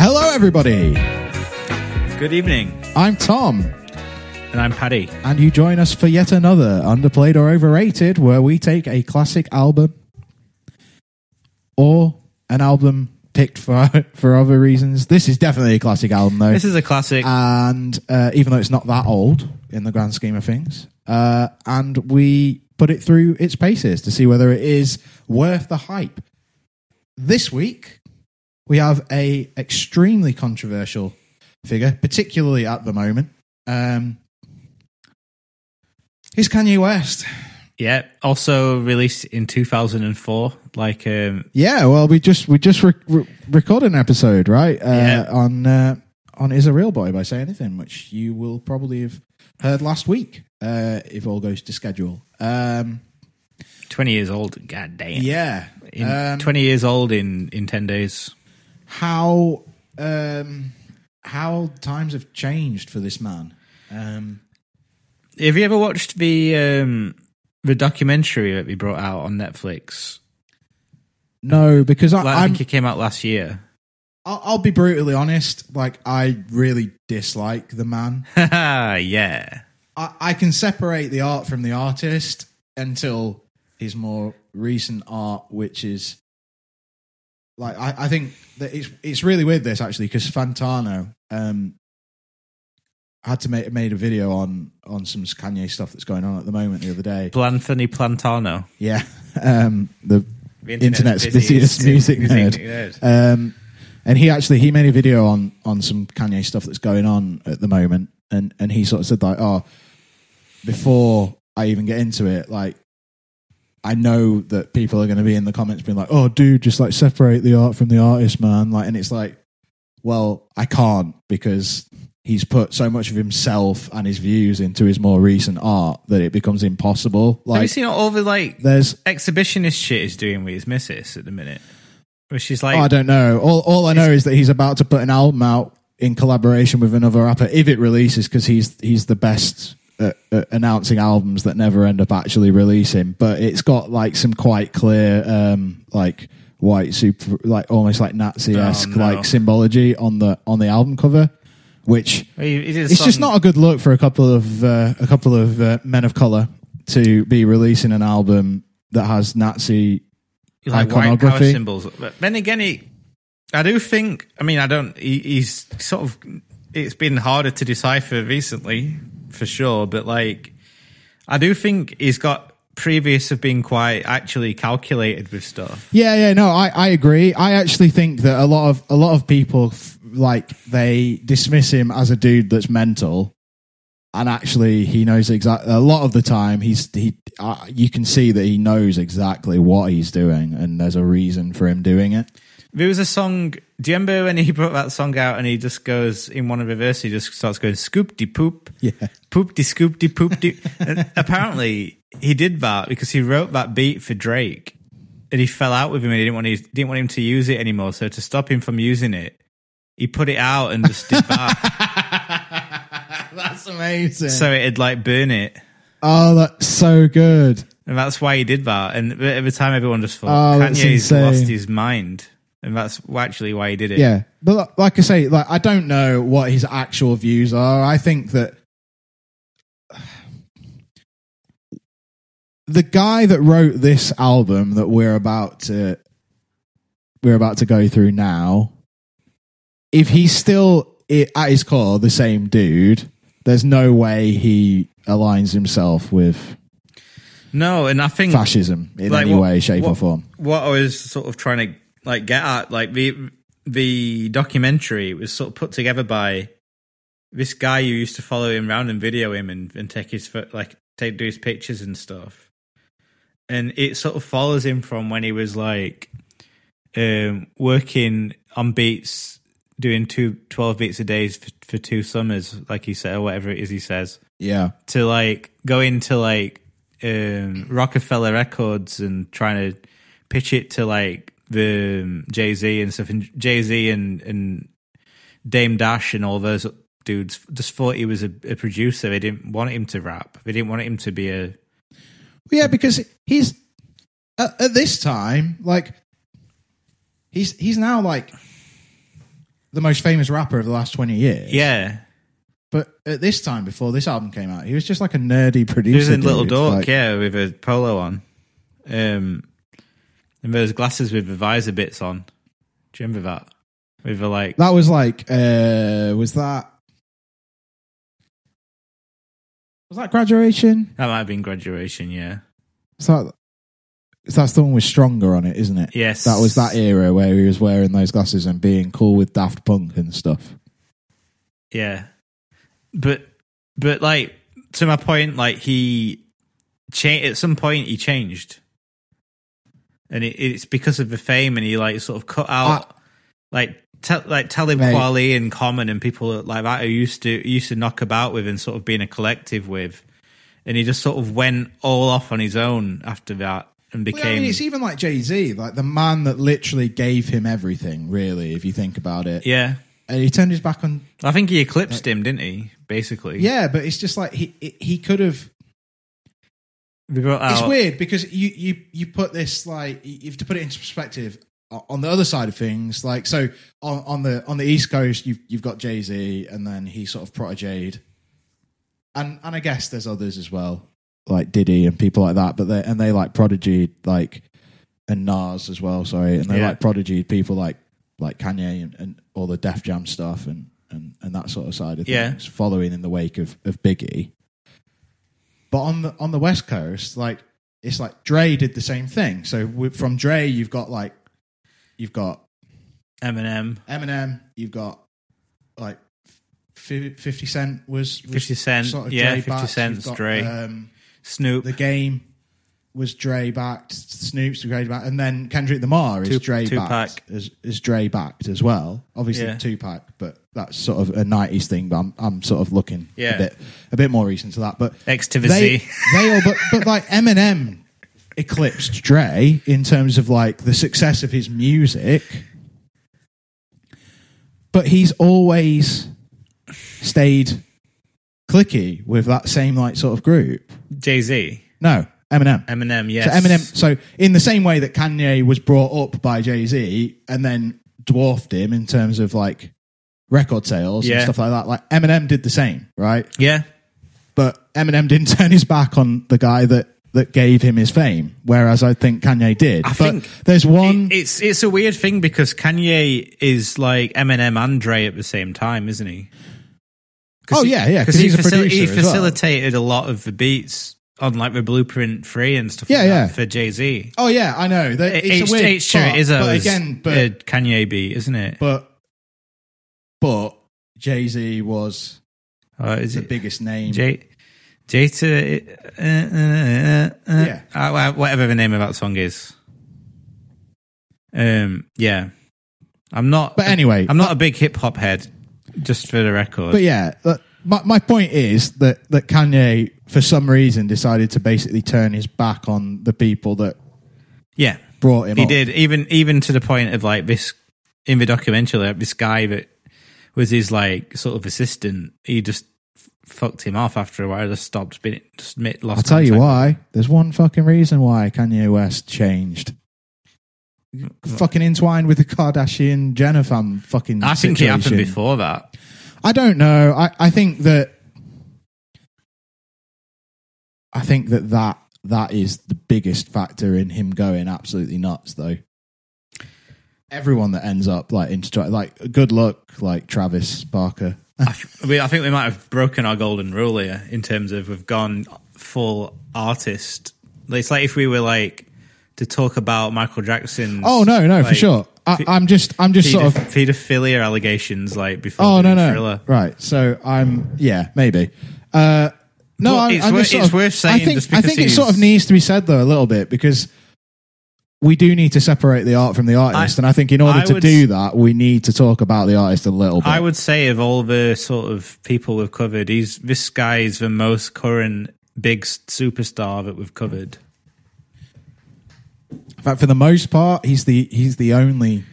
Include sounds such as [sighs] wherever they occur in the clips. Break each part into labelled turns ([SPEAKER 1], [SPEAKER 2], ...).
[SPEAKER 1] everybody.
[SPEAKER 2] Good evening,
[SPEAKER 1] I'm Tom,
[SPEAKER 2] and I'm Paddy.
[SPEAKER 1] and you join us for yet another Underplayed or Overrated, where we take a classic album or an album picked for, [laughs] for other reasons. This is definitely a classic album, though.
[SPEAKER 2] This is a classic.
[SPEAKER 1] and uh, even though it's not that old in the grand scheme of things, uh, and we put it through its paces to see whether it is worth the hype. This week, we have a extremely controversial figure, particularly at the moment. Um, he's Kanye West.
[SPEAKER 2] yeah, also released in 2004. Like, um,
[SPEAKER 1] Yeah, well, we just we just re- re- recorded an episode, right? Uh,
[SPEAKER 2] Yeah.
[SPEAKER 1] On uh, on is a real boy by say anything, which you will probably have heard last week uh, if all goes to schedule. Um,
[SPEAKER 2] 20 years old. God damn.
[SPEAKER 1] yeah,
[SPEAKER 2] In,
[SPEAKER 1] um,
[SPEAKER 2] 20 years old in in 10 days.
[SPEAKER 1] how um, how times have changed for this man. Um,
[SPEAKER 2] Have you ever watched the um, the documentary that we brought out on Netflix?
[SPEAKER 1] no, because I,
[SPEAKER 2] Like, I
[SPEAKER 1] I'm
[SPEAKER 2] think it came out last year. [laughs]
[SPEAKER 1] I'll, I'll be brutally honest. Like I really dislike the man.
[SPEAKER 2] yeah.
[SPEAKER 1] I, I can separate the art from the artist until his more recent art, which is like I, I think that it's it's really weird this actually because Fantano um, had to make made a video on on some Kanye stuff that's going on at the moment the other day.
[SPEAKER 2] Blanthony Plantano.
[SPEAKER 1] Yeah, [laughs] um, the
[SPEAKER 2] The
[SPEAKER 1] internet's busiest music
[SPEAKER 2] [laughs]
[SPEAKER 1] nerd. Um, and he actually he made a video on on some Kanye stuff that's going on at the moment, and and he sort of said like, oh, before I even get into it, like. I know that people are going to be in the comments being like, "Oh, dude, just like separate the art from the artist, man!" Like, and it's like, well, I can't because he's put so much of himself and his views into his more recent art that it becomes impossible.
[SPEAKER 2] Have you
[SPEAKER 1] Like,
[SPEAKER 2] seen all the like
[SPEAKER 1] there's
[SPEAKER 2] exhibitionist shit he's doing with his missus at the minute? Where she's
[SPEAKER 1] Oh, I
[SPEAKER 2] like,
[SPEAKER 1] don't know. All all I know is that he's about to put an album out in collaboration with another rapper if it releases because he's he's the best at, at announcing albums that never end up actually releasing. But it's got like some quite clear um like white super like almost like Nazi esque
[SPEAKER 2] Oh, no.
[SPEAKER 1] like symbology on the on the album cover, which
[SPEAKER 2] he- he did a
[SPEAKER 1] Oh, it's just
[SPEAKER 2] song-
[SPEAKER 1] not a good look for a couple of uh, a couple of uh, men of color to be releasing an album that has Nazi
[SPEAKER 2] like white power
[SPEAKER 1] iconography.
[SPEAKER 2] symbols. But then again, he, I do think. I mean, I don't. He, he's sort of. It's been harder to decipher recently, for sure. But like, I do think he's got previous of being quite actually calculated with stuff.
[SPEAKER 1] Yeah, yeah, no, I, I agree. I actually think that a lot of a lot of people f- like they dismiss him as a dude that's mental, and actually he knows exactly. A lot of the time, he's he uh, you can see that he knows exactly what he's doing, and there's a reason for him doing it.
[SPEAKER 2] There was a song. Do you remember when he brought that song out and he just goes in one of the verses, he just starts going scoop de poop,
[SPEAKER 1] Yeah.
[SPEAKER 2] poop de scoop de poop de. And apparently, he did that because he wrote that beat for Drake, and he fell out with him and he didn't want he didn't want him to use it anymore. So to stop him from using it, he put it out and just
[SPEAKER 1] [laughs]
[SPEAKER 2] did that,
[SPEAKER 1] That's amazing.
[SPEAKER 2] so it'd like burn it.
[SPEAKER 1] oh, that's so good.
[SPEAKER 2] And that's why he did that. And at the time, everyone just thought
[SPEAKER 1] Oh, that's
[SPEAKER 2] Kanye's
[SPEAKER 1] insane.
[SPEAKER 2] lost his mind. And that's actually why he did it.
[SPEAKER 1] Yeah, but li- like I say, like I don't know what his actual views are. I think that [sighs] the guy that wrote this album that we're about to we're about to go through now, if he's still i- at his core the same dude, there's no way he aligns himself with
[SPEAKER 2] No, and I think
[SPEAKER 1] fascism in
[SPEAKER 2] Like,
[SPEAKER 1] any
[SPEAKER 2] what-
[SPEAKER 1] way, shape, or
[SPEAKER 2] what-
[SPEAKER 1] form.
[SPEAKER 2] what I was sort of trying to like get at, like the the documentary was sort of put together by this guy who used to follow him around and video him and, and take his fo- like take do his pictures and stuff. And it sort of follows him from when he was like um, working on beats, doing two, 12 beats a day for, for two summers, like he said, or whatever it is he says
[SPEAKER 1] Yeah,
[SPEAKER 2] to like go into like um, Rockefeller Records and trying to pitch it to like the um, Jay Z and stuff, and Jay Z and and Dame Dash and all those dudes just thought he was a, a producer. They didn't want him to rap. They didn't want him to be a
[SPEAKER 1] Yeah, because he's at, at this time, like he's he's now like the most famous rapper of the last 20 years.
[SPEAKER 2] Yeah.
[SPEAKER 1] But at this time, before this album came out, he was just like a nerdy
[SPEAKER 2] He was
[SPEAKER 1] producer.
[SPEAKER 2] in Little
[SPEAKER 1] dude,
[SPEAKER 2] Dork,
[SPEAKER 1] like-
[SPEAKER 2] yeah, with a polo on. Um, and those glasses with the visor bits on. Do you remember that? With the like,
[SPEAKER 1] That was like, uh, was that. Was that graduation?
[SPEAKER 2] that might have been graduation, yeah.
[SPEAKER 1] Is that, is that's the one with Stronger on it, isn't it?
[SPEAKER 2] Yes.
[SPEAKER 1] That was that era where he was wearing those glasses and being cool with Daft Punk and stuff.
[SPEAKER 2] Yeah. But but like to my point, like he cha- at some point he changed. And it, it's because of the fame and he like sort of cut out like te- like Talib
[SPEAKER 1] Ah. Mate.
[SPEAKER 2] Kweli and Common and people like that who used to he used to knock about with and sort of being a collective with. And he just sort of went all off on his own after that and
[SPEAKER 1] Well, yeah, I
[SPEAKER 2] became
[SPEAKER 1] mean, it's e- even like Jay Z, like the man that literally gave him everything, really, if you think about it.
[SPEAKER 2] Yeah.
[SPEAKER 1] And he turned his back on.
[SPEAKER 2] I think he eclipsed him, didn't he? Basically.
[SPEAKER 1] Yeah, but it's just like he he- he could have.
[SPEAKER 2] They brought
[SPEAKER 1] It's
[SPEAKER 2] out-
[SPEAKER 1] weird because you you you put this like you have to put it into perspective. O- On the other side of things, like so on, on the on the East Coast, you've you've got Jay Z, and then he sort of protegeed, and and I guess there's others as well, like Diddy and people like that. But they and they like prodigied like and Nas as well, sorry, and they
[SPEAKER 2] Yeah.
[SPEAKER 1] like prodigied people like like Kanye and, and all the Def Jam stuff and, and and that sort of side of
[SPEAKER 2] Yeah.
[SPEAKER 1] things, following in the wake of of Biggie. But on the on the West Coast, like it's like Dre did the same thing. So with, from Dre, you've got like you've got
[SPEAKER 2] Eminem,
[SPEAKER 1] Eminem, you've got like fi- Fifty Cent was, was
[SPEAKER 2] 50 Cent,
[SPEAKER 1] sort of
[SPEAKER 2] yeah,
[SPEAKER 1] Dre
[SPEAKER 2] 50
[SPEAKER 1] backed.
[SPEAKER 2] Cent's
[SPEAKER 1] You've got,
[SPEAKER 2] Dre.
[SPEAKER 1] Um,
[SPEAKER 2] Snoop.
[SPEAKER 1] the game was Dre backed, Snoop's Dre backed, and then Kendrick Lamar is
[SPEAKER 2] Tup-
[SPEAKER 1] Dre
[SPEAKER 2] Tupac.
[SPEAKER 1] backed as is Dre backed as well. Obviously
[SPEAKER 2] Yeah.
[SPEAKER 1] Tupac, but that's sort of a nineties thing. But I'm I'm sort of looking
[SPEAKER 2] Yeah.
[SPEAKER 1] a bit a bit more recent to that. But
[SPEAKER 2] X to the
[SPEAKER 1] they
[SPEAKER 2] Z.
[SPEAKER 1] they all but but like Eminem eclipsed Dre in terms of like the success of his music. But he's always stayed clicky with that same like sort of group.
[SPEAKER 2] Jay Z,
[SPEAKER 1] No, Eminem.
[SPEAKER 2] Eminem,
[SPEAKER 1] So
[SPEAKER 2] yes.
[SPEAKER 1] Eminem. So in the same way that Kanye was brought up by Jay Z and then dwarfed him in terms of like record sales
[SPEAKER 2] Yeah.
[SPEAKER 1] and stuff like that, like Eminem did the same, right?
[SPEAKER 2] Yeah,
[SPEAKER 1] But Eminem didn't [laughs] turn his back on the guy that that gave him his fame, whereas I think Kanye did.
[SPEAKER 2] I
[SPEAKER 1] but
[SPEAKER 2] think
[SPEAKER 1] there's one.
[SPEAKER 2] it's it's a weird thing because Kanye is like Eminem and Dre at the same time, isn't he? 'Cause
[SPEAKER 1] Oh,
[SPEAKER 2] he-
[SPEAKER 1] yeah, yeah, 'cause
[SPEAKER 2] he,
[SPEAKER 1] he's a producer
[SPEAKER 2] he
[SPEAKER 1] as well.
[SPEAKER 2] facilitated a lot of the beats on like the Blueprint Free and stuff.
[SPEAKER 1] Yeah,
[SPEAKER 2] like
[SPEAKER 1] yeah.
[SPEAKER 2] That for Jay Z.
[SPEAKER 1] oh yeah, I know. That-
[SPEAKER 2] It's
[SPEAKER 1] it's a weird
[SPEAKER 2] H to
[SPEAKER 1] spot,
[SPEAKER 2] it is
[SPEAKER 1] but
[SPEAKER 2] a
[SPEAKER 1] again, but
[SPEAKER 2] a Kanye beat, isn't it?
[SPEAKER 1] but but Jay Z was
[SPEAKER 2] Or is
[SPEAKER 1] the
[SPEAKER 2] it
[SPEAKER 1] biggest name.
[SPEAKER 2] Jay? Jay to uh, uh, uh, uh,
[SPEAKER 1] Mm-hmm. Yeah.
[SPEAKER 2] uh, wha- whatever the name of that song is. Um. Yeah. I'm not.
[SPEAKER 1] but anyway, uh,
[SPEAKER 2] I'm not a big hip hop head, just for the record.
[SPEAKER 1] But yeah, that- my, my point is that, that Kanye, for some reason, decided to basically turn his back on the people that
[SPEAKER 2] yeah,
[SPEAKER 1] brought him
[SPEAKER 2] he
[SPEAKER 1] up.
[SPEAKER 2] did. Even even to the point of like this in the documentary, like, this guy that was his like sort of assistant, he just f- fucked him off after a while. Just stopped, been just mi- lost.
[SPEAKER 1] I'll tell you
[SPEAKER 2] contact.
[SPEAKER 1] why. There's one fucking reason why Kanye West changed. Fucking entwined with the Kardashian Jenner fam fucking
[SPEAKER 2] I think it happened
[SPEAKER 1] situation.
[SPEAKER 2] before that.
[SPEAKER 1] I don't know. I, I think that I think that, that that is the biggest factor in him going absolutely nuts though. Everyone that ends up like into like good luck like Travis Barker.
[SPEAKER 2] I, th- we, I think we might have broken our golden rule here in terms of we've gone full artist. It's like if we were like to talk about Michael Jackson's.
[SPEAKER 1] Oh no, no, for
[SPEAKER 2] like,
[SPEAKER 1] sure. I, I'm just I'm just sort
[SPEAKER 2] Pedoph-
[SPEAKER 1] of
[SPEAKER 2] pedophilia allegations like before
[SPEAKER 1] Oh no
[SPEAKER 2] the
[SPEAKER 1] no
[SPEAKER 2] thriller.
[SPEAKER 1] right. So I'm yeah maybe. Uh, no,
[SPEAKER 2] Well,
[SPEAKER 1] I,
[SPEAKER 2] it's
[SPEAKER 1] I'm
[SPEAKER 2] wor-
[SPEAKER 1] just sort
[SPEAKER 2] it's
[SPEAKER 1] of-
[SPEAKER 2] worth saying
[SPEAKER 1] I think
[SPEAKER 2] just
[SPEAKER 1] I
[SPEAKER 2] because
[SPEAKER 1] think it sort of
[SPEAKER 2] he's-
[SPEAKER 1] needs to be said though a little bit because we do need to separate the art from the artist, and I think in order
[SPEAKER 2] I
[SPEAKER 1] to
[SPEAKER 2] would-
[SPEAKER 1] do that, we need to talk about the artist a little bit.
[SPEAKER 2] I would say of all the sort of people we've covered, he's this guy is the most current big s- superstar that we've covered.
[SPEAKER 1] in fact, for the most part, he's the he's the only.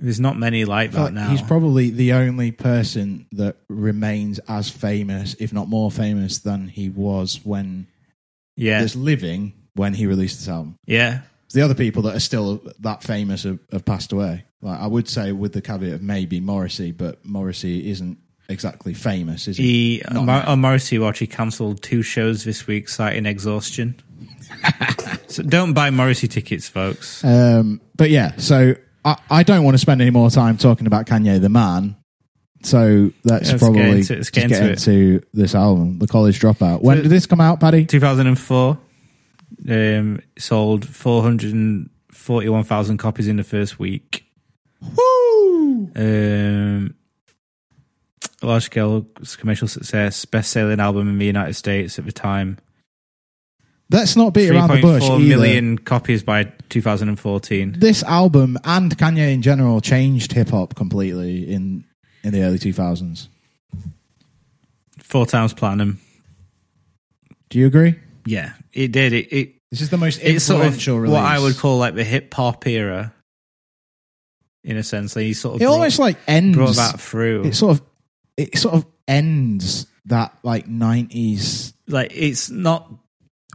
[SPEAKER 2] There's not many like that
[SPEAKER 1] Like,
[SPEAKER 2] now.
[SPEAKER 1] he's probably the only person that remains as famous, if not more famous, than he was when
[SPEAKER 2] yeah,
[SPEAKER 1] that's living when he released this album.
[SPEAKER 2] yeah.
[SPEAKER 1] The other people that are still that famous have, have passed away. Like I would say, with the caveat of maybe Morrissey, but Morrissey isn't exactly famous, is he?
[SPEAKER 2] He,
[SPEAKER 1] Not
[SPEAKER 2] Mar- oh, Morrissey Watch, he cancelled two shows this week citing exhaustion. so don't buy Morrissey tickets, folks.
[SPEAKER 1] Um, but yeah, so I, I don't want to spend any more time talking about Kanye the man. So that's
[SPEAKER 2] Yeah, let's
[SPEAKER 1] probably
[SPEAKER 2] get into it, let's
[SPEAKER 1] just
[SPEAKER 2] get
[SPEAKER 1] get into,
[SPEAKER 2] into it.
[SPEAKER 1] this album, The College Dropout. When did this come out, Paddy?
[SPEAKER 2] 2004 um, sold 441,000 copies in the first week.
[SPEAKER 1] Woo!
[SPEAKER 2] Um, large scale commercial success, best selling album in the United States at the time.
[SPEAKER 1] Let's not beat around the bush
[SPEAKER 2] 3.4
[SPEAKER 1] either.
[SPEAKER 2] million copies by 2014.
[SPEAKER 1] This album and Kanye in general changed hip hop completely in in the early two thousands.
[SPEAKER 2] Four times platinum.
[SPEAKER 1] Do you agree?
[SPEAKER 2] Yeah, it did. It, it
[SPEAKER 1] This is the most
[SPEAKER 2] it's
[SPEAKER 1] influential
[SPEAKER 2] sort of
[SPEAKER 1] release.
[SPEAKER 2] what I would call like the hip hop era, in a sense. Like he sort of
[SPEAKER 1] It
[SPEAKER 2] brought,
[SPEAKER 1] almost like ends
[SPEAKER 2] brought that through.
[SPEAKER 1] it sort of it sort of ends that like nineties
[SPEAKER 2] like it's not.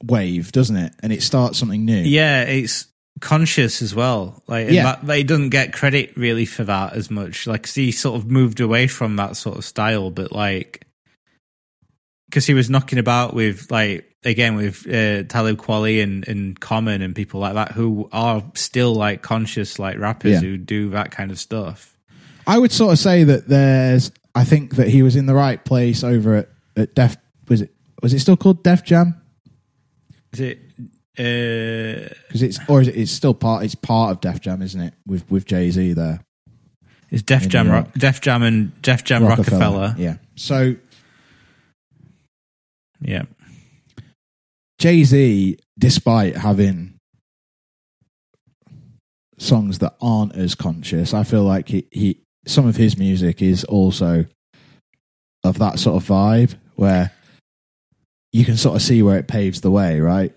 [SPEAKER 1] wave, doesn't it? And it starts something new.
[SPEAKER 2] Yeah, it's conscious as well. Like and
[SPEAKER 1] Yeah.
[SPEAKER 2] that, they doesn't get credit really for that as much. Like 'cause he sort of moved away from that sort of style, but like because he was knocking about with like again with uh, Talib Kweli and and Common and people like that who are still like conscious like rappers
[SPEAKER 1] Yeah.
[SPEAKER 2] who do that kind of stuff.
[SPEAKER 1] I would sort of say that there's. I think that he was in the right place over at at Def. Was it was it still called Def Jam?
[SPEAKER 2] Is it? Uh,
[SPEAKER 1] Because it's or is it, it's still part. It's part of Def Jam, isn't it? With with Jay Z there,
[SPEAKER 2] it's Def
[SPEAKER 1] In
[SPEAKER 2] Jam,
[SPEAKER 1] New
[SPEAKER 2] Ro-
[SPEAKER 1] York.
[SPEAKER 2] Def Jam, and Def Jam Rockefeller.
[SPEAKER 1] Yeah. So
[SPEAKER 2] Yeah.
[SPEAKER 1] Jay Z, despite having songs that aren't as conscious, I feel like he, he some of his music is also of that sort of vibe where you can sort of see where it paves the way, right?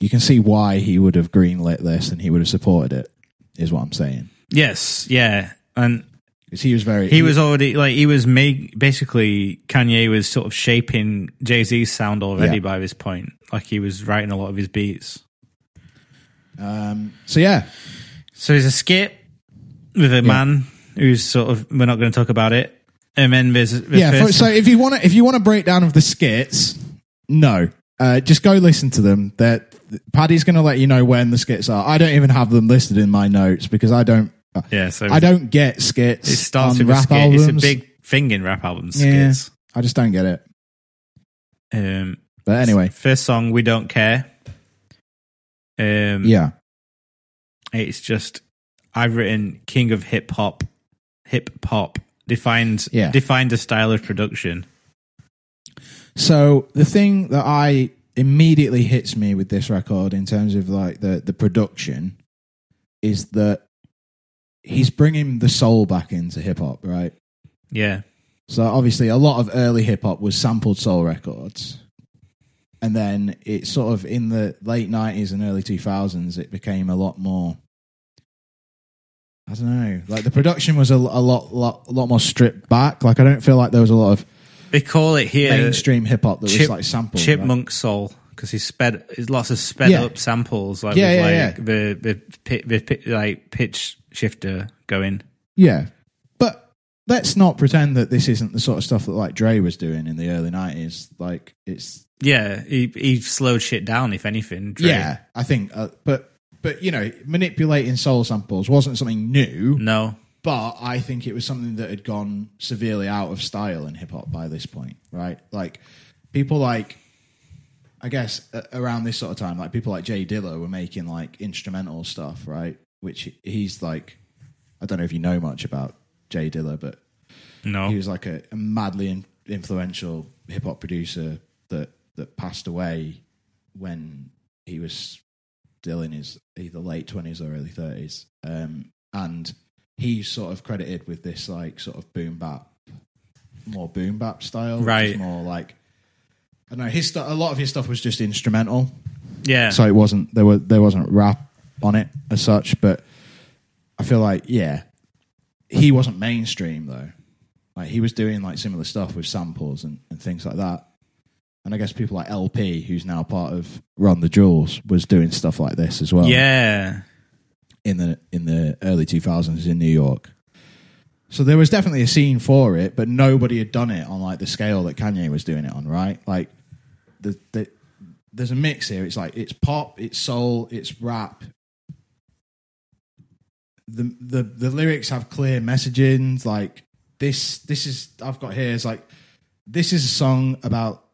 [SPEAKER 1] You can see why he would have greenlit this and he would have supported it, is what I'm saying.
[SPEAKER 2] Yes. Yeah. And
[SPEAKER 1] 'Cause he was very
[SPEAKER 2] he was already like he was make basically Kanye was sort of shaping Jay Z's sound already
[SPEAKER 1] Yeah.
[SPEAKER 2] by this point. Like he was writing a lot of his beats.
[SPEAKER 1] um, so yeah,
[SPEAKER 2] So there's a skit with a man who's sort of we're not going to talk about it. And then there's the
[SPEAKER 1] yeah. For,
[SPEAKER 2] first-
[SPEAKER 1] so if you want to, if you want a breakdown of the skits, no, uh, just go listen to them. That Paddy's going to let you know when the skits are. I don't even have them listed in my notes because I don't.
[SPEAKER 2] yeah. So
[SPEAKER 1] I don't get skits.
[SPEAKER 2] it starts
[SPEAKER 1] on
[SPEAKER 2] with a
[SPEAKER 1] rap
[SPEAKER 2] skit.
[SPEAKER 1] albums.
[SPEAKER 2] It's a big thing in rap albums.
[SPEAKER 1] Yeah.
[SPEAKER 2] Skits.
[SPEAKER 1] I just don't get it.
[SPEAKER 2] Um,
[SPEAKER 1] But anyway,
[SPEAKER 2] First song, We Don't Care. Um,
[SPEAKER 1] yeah,
[SPEAKER 2] It's just, I've written King of Hip Hop. Hip Hop defines
[SPEAKER 1] Yeah.
[SPEAKER 2] defined a style of production.
[SPEAKER 1] So the thing that I immediately hits me with this record in terms of like the the production is that he's bringing the soul back into hip hop, right?
[SPEAKER 2] Yeah.
[SPEAKER 1] So obviously, a lot of early hip hop was sampled soul records, and then it sort of in the late nineties and early two thousands, it became a lot more. I don't know. Like the production was a, a lot, lot, lot more stripped back. Like I don't feel like there was a lot of
[SPEAKER 2] They call it here
[SPEAKER 1] mainstream hip hop that
[SPEAKER 2] chip-
[SPEAKER 1] was like sampled. right?
[SPEAKER 2] Chipmunk Soul because he sped, he's lots of sped
[SPEAKER 1] Yeah.
[SPEAKER 2] up samples, like,
[SPEAKER 1] Yeah,
[SPEAKER 2] with,
[SPEAKER 1] yeah,
[SPEAKER 2] like the, the, pi- the, pi- like pitch shifter going.
[SPEAKER 1] Yeah, but let's not pretend that this isn't the sort of stuff that like Dre was doing in the early nineties. Like it's
[SPEAKER 2] Yeah. He, he slowed shit down, if anything. Dre.
[SPEAKER 1] Yeah, I think, uh, but but you know, manipulating soul samples wasn't something new,
[SPEAKER 2] No.
[SPEAKER 1] but I think it was something that had gone severely out of style in hip hop by this point, right? Like people like, I guess a- around this sort of time, like people like Jay Dilla were making like instrumental stuff, right? Which he's like, I don't know if you know much about Jay Dilla, but
[SPEAKER 2] No.
[SPEAKER 1] he was like a, a madly in, influential hip hop producer that that passed away when he was still in his either late twenties or early thirties, um, and he's sort of credited with this like sort of boom bap, more boom bap style, which is
[SPEAKER 2] Right.
[SPEAKER 1] More like I don't know his stu- a lot of his stuff was just instrumental,
[SPEAKER 2] yeah.
[SPEAKER 1] so it wasn't there were there wasn't rap on it as such but i feel like yeah he wasn't mainstream though like he was doing like similar stuff with samples and, and things like that and i guess people like lp who's now part of run the jewels was doing stuff like this as well
[SPEAKER 2] Yeah.
[SPEAKER 1] in the in the early 2000s in New York. So there was definitely a scene for it, but nobody had done it on like the scale that Kanye was doing it on, right? Like the, the there's a mix here. It's like it's pop, it's soul, it's rap. The the the lyrics have clear messaging. Like this this is I've got here is like this is a song about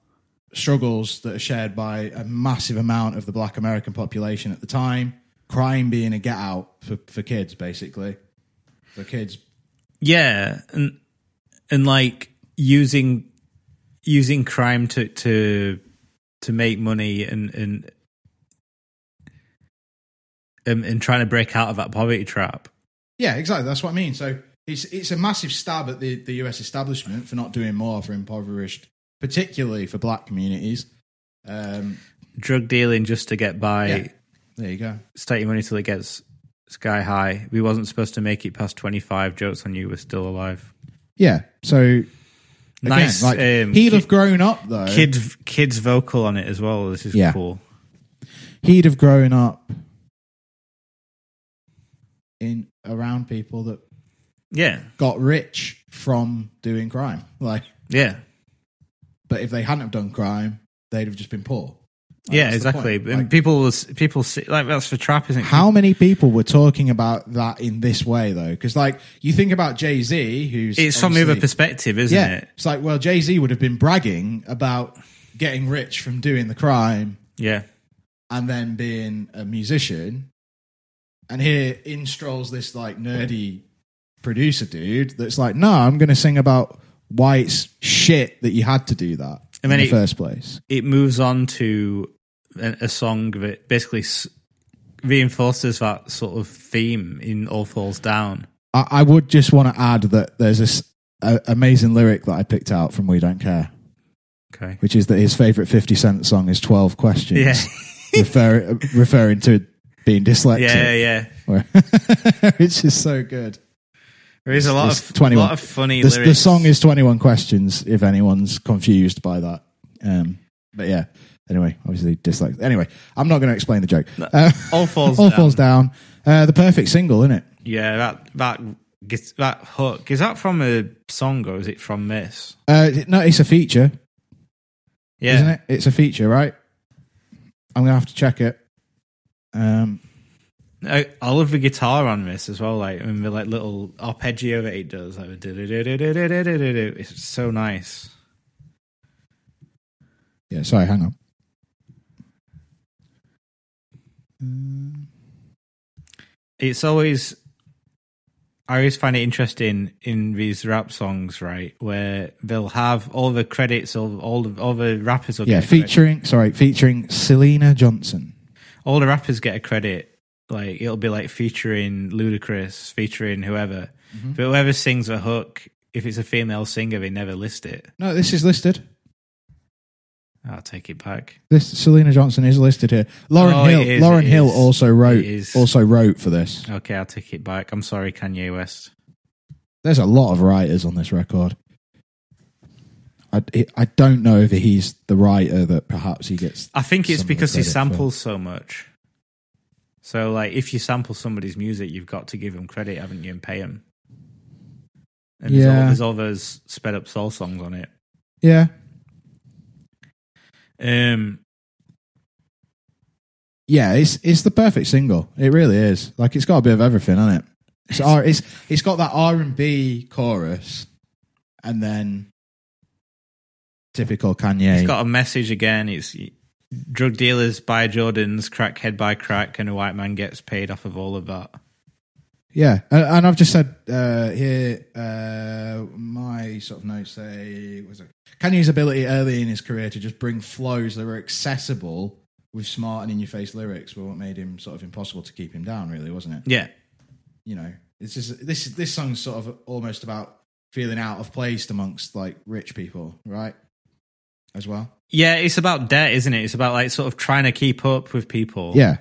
[SPEAKER 1] struggles that are shared by a massive amount of the black American population at the time. Crime being a get out for, for kids, basically. For kids
[SPEAKER 2] yeah and and like using using crime to to to make money and and and, and trying to break out of that poverty trap
[SPEAKER 1] Yeah, exactly. That's what I mean. So it's it's a massive stab at the, the US establishment for not doing more for impoverished, particularly for black communities. Um,
[SPEAKER 2] drug dealing just to get by
[SPEAKER 1] yeah, there you go.
[SPEAKER 2] state your money till it gets sky high we wasn't supposed to make it past 25 jokes on you we're still alive
[SPEAKER 1] Yeah. So again,
[SPEAKER 2] Nice,
[SPEAKER 1] like,
[SPEAKER 2] um,
[SPEAKER 1] he'd
[SPEAKER 2] ki-
[SPEAKER 1] have grown up though.
[SPEAKER 2] kid kids vocal on it as well this is
[SPEAKER 1] Yeah.
[SPEAKER 2] cool
[SPEAKER 1] He'd have grown up in around people that
[SPEAKER 2] yeah
[SPEAKER 1] got rich from doing crime. Like,
[SPEAKER 2] yeah
[SPEAKER 1] but if they hadn't have done crime, they'd have just been poor. Like,
[SPEAKER 2] yeah
[SPEAKER 1] that's the
[SPEAKER 2] exactly
[SPEAKER 1] point.
[SPEAKER 2] and
[SPEAKER 1] Like-
[SPEAKER 2] people was people see, like that's for trap isn't it
[SPEAKER 1] How many people were talking about that in this way though? Because like you think about Jay Z, who's
[SPEAKER 2] it's from the other
[SPEAKER 1] obviously-
[SPEAKER 2] perspective isn't
[SPEAKER 1] Yeah,
[SPEAKER 2] it
[SPEAKER 1] it's like well, Jay Z would have been bragging about getting rich from doing the crime
[SPEAKER 2] yeah
[SPEAKER 1] and then being a musician, and here in strolls this like nerdy producer dude that's like, no, I'm going to sing about why it's shit that you had to do that
[SPEAKER 2] And then
[SPEAKER 1] in
[SPEAKER 2] it-
[SPEAKER 1] the first place.
[SPEAKER 2] it moves on to a, a song that basically s- reinforces that sort of theme in All Falls Down.
[SPEAKER 1] I, I would just want to add that there's this uh, amazing lyric that I picked out from We Don't Care.
[SPEAKER 2] Okay.
[SPEAKER 1] which is that his favorite 50 Cent song is 12 Questions, [laughs]
[SPEAKER 2] Yeah.
[SPEAKER 1] refer, referring to being
[SPEAKER 2] [laughs] Yeah,
[SPEAKER 1] dyslexic,
[SPEAKER 2] yeah.
[SPEAKER 1] [laughs] which is so good.
[SPEAKER 2] There is a lot
[SPEAKER 1] It's
[SPEAKER 2] of
[SPEAKER 1] 21.
[SPEAKER 2] lot of funny
[SPEAKER 1] The,
[SPEAKER 2] lyrics.
[SPEAKER 1] the song is 21 Questions, if anyone's confused by that. Um, but yeah, anyway, obviously dyslexic. Anyway, I'm not going to explain the joke. Uh,
[SPEAKER 2] All
[SPEAKER 1] [laughs]
[SPEAKER 2] Falls
[SPEAKER 1] All
[SPEAKER 2] Down.
[SPEAKER 1] Falls Down, uh, the perfect single, isn't it?
[SPEAKER 2] Yeah, that that gets- that hook is that from a song or is it from this?
[SPEAKER 1] Uh, no, it's a feature,
[SPEAKER 2] Yeah,
[SPEAKER 1] isn't it? It's a feature, right? I'm going to have to check it. Um,
[SPEAKER 2] I, I love the guitar on this as well. Like and the like little arpeggio that it does. Like, [laughs] the do-do-do-do-do-do-do-do-do. it's so nice.
[SPEAKER 1] Yeah, sorry, hang on.
[SPEAKER 2] it's always I always find it interesting in these rap songs, right, where they'll have all the credits of all the all the rappers will
[SPEAKER 1] Yeah,
[SPEAKER 2] get a credit.
[SPEAKER 1] featuring sorry, featuring Selena Johnson.
[SPEAKER 2] all the rappers get a credit. Like it'll be like featuring Ludacris, featuring whoever. But whoever sings a hook, if it's a female singer, they never list it.
[SPEAKER 1] No, this is listed.
[SPEAKER 2] I'll take it back.
[SPEAKER 1] This Selena Johnson is listed here. Lauren
[SPEAKER 2] Oh,
[SPEAKER 1] Hill.
[SPEAKER 2] it is,
[SPEAKER 1] Lauren
[SPEAKER 2] it
[SPEAKER 1] Hill
[SPEAKER 2] is.
[SPEAKER 1] also wrote
[SPEAKER 2] It is.
[SPEAKER 1] also wrote for this.
[SPEAKER 2] Okay, I'll take it back. I'm sorry, Kanye West.
[SPEAKER 1] There's a lot of writers on this record. I, I don't know if he's the writer that perhaps he gets.
[SPEAKER 2] I think it's
[SPEAKER 1] some of the
[SPEAKER 2] because he
[SPEAKER 1] credit for.
[SPEAKER 2] samples so much. So, like, if you sample somebody's music, you've got to give them credit, haven't you, and pay them. And there's, all,
[SPEAKER 1] Yeah.
[SPEAKER 2] there's all those sped up soul songs on it.
[SPEAKER 1] Yeah,
[SPEAKER 2] Um,
[SPEAKER 1] yeah, it's it's the perfect single. It really is. Like it's got a bit of everything on it. It's R, it's it's got that R and B chorus, and then typical Kanye.
[SPEAKER 2] it's got a message again. It's drug dealers buy Jordans, crackhead buy crack, and a white man gets paid off of all of that.
[SPEAKER 1] yeah, and, and I've just said uh, here uh, my sort of notes say was it Kanye's ability early in his career to just bring flows that were accessible with smart and in your face lyrics were what made him sort of impossible to keep him down. Really, wasn't it?
[SPEAKER 2] Yeah.
[SPEAKER 1] you know, it's just this this song's sort of almost about feeling out of place amongst like rich people, right? As well.
[SPEAKER 2] Yeah, it's about debt, isn't it? It's about like sort of trying to keep up with people
[SPEAKER 1] Yeah.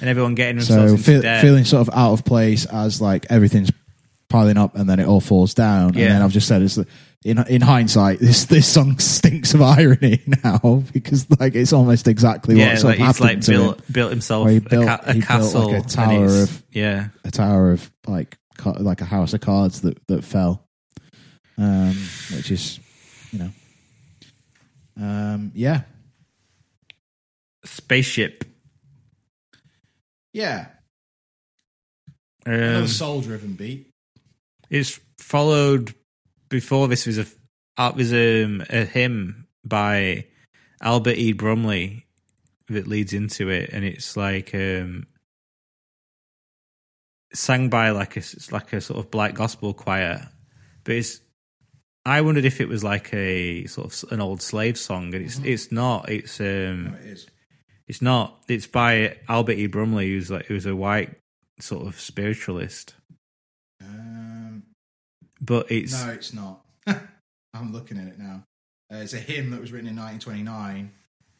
[SPEAKER 2] and everyone getting themselves
[SPEAKER 1] So
[SPEAKER 2] into
[SPEAKER 1] feel,
[SPEAKER 2] debt.
[SPEAKER 1] feeling sort of out of place as like everything's piling up and then it all falls down.
[SPEAKER 2] Yeah.
[SPEAKER 1] And then I've just said it's the, in in hindsight, this this song stinks of irony [laughs] now because like it's almost exactly
[SPEAKER 2] yeah,
[SPEAKER 1] what sort
[SPEAKER 2] like
[SPEAKER 1] of
[SPEAKER 2] he's
[SPEAKER 1] happened
[SPEAKER 2] like
[SPEAKER 1] to
[SPEAKER 2] built
[SPEAKER 1] him.
[SPEAKER 2] built himself
[SPEAKER 1] Where he
[SPEAKER 2] a,
[SPEAKER 1] built-
[SPEAKER 2] ca- a
[SPEAKER 1] he built, like,
[SPEAKER 2] castle,
[SPEAKER 1] a
[SPEAKER 2] and
[SPEAKER 1] tower
[SPEAKER 2] he's-
[SPEAKER 1] of-
[SPEAKER 2] yeah,
[SPEAKER 1] A tower of like ca- like a house of cards that that fell, um, which is you know, um, yeah,
[SPEAKER 2] spaceship.
[SPEAKER 1] yeah,
[SPEAKER 2] Um,
[SPEAKER 1] soul driven beat.
[SPEAKER 2] it's followed before this was a uh, was um, a hymn by Albert E. Brumley that leads into it, and it's like um, sang by like a it's like a sort of black gospel choir, but it's. I wondered if it was like a sort of s- an old slave song, and it's it's not. It's um,
[SPEAKER 1] It is.
[SPEAKER 2] it's not. It's by Albert E. Brumley, who's like who's a white sort of spiritualist,
[SPEAKER 1] Um,
[SPEAKER 2] but it's
[SPEAKER 1] No, it's not. [laughs] I'm looking at it now. Uh, it's a hymn that was written in 1929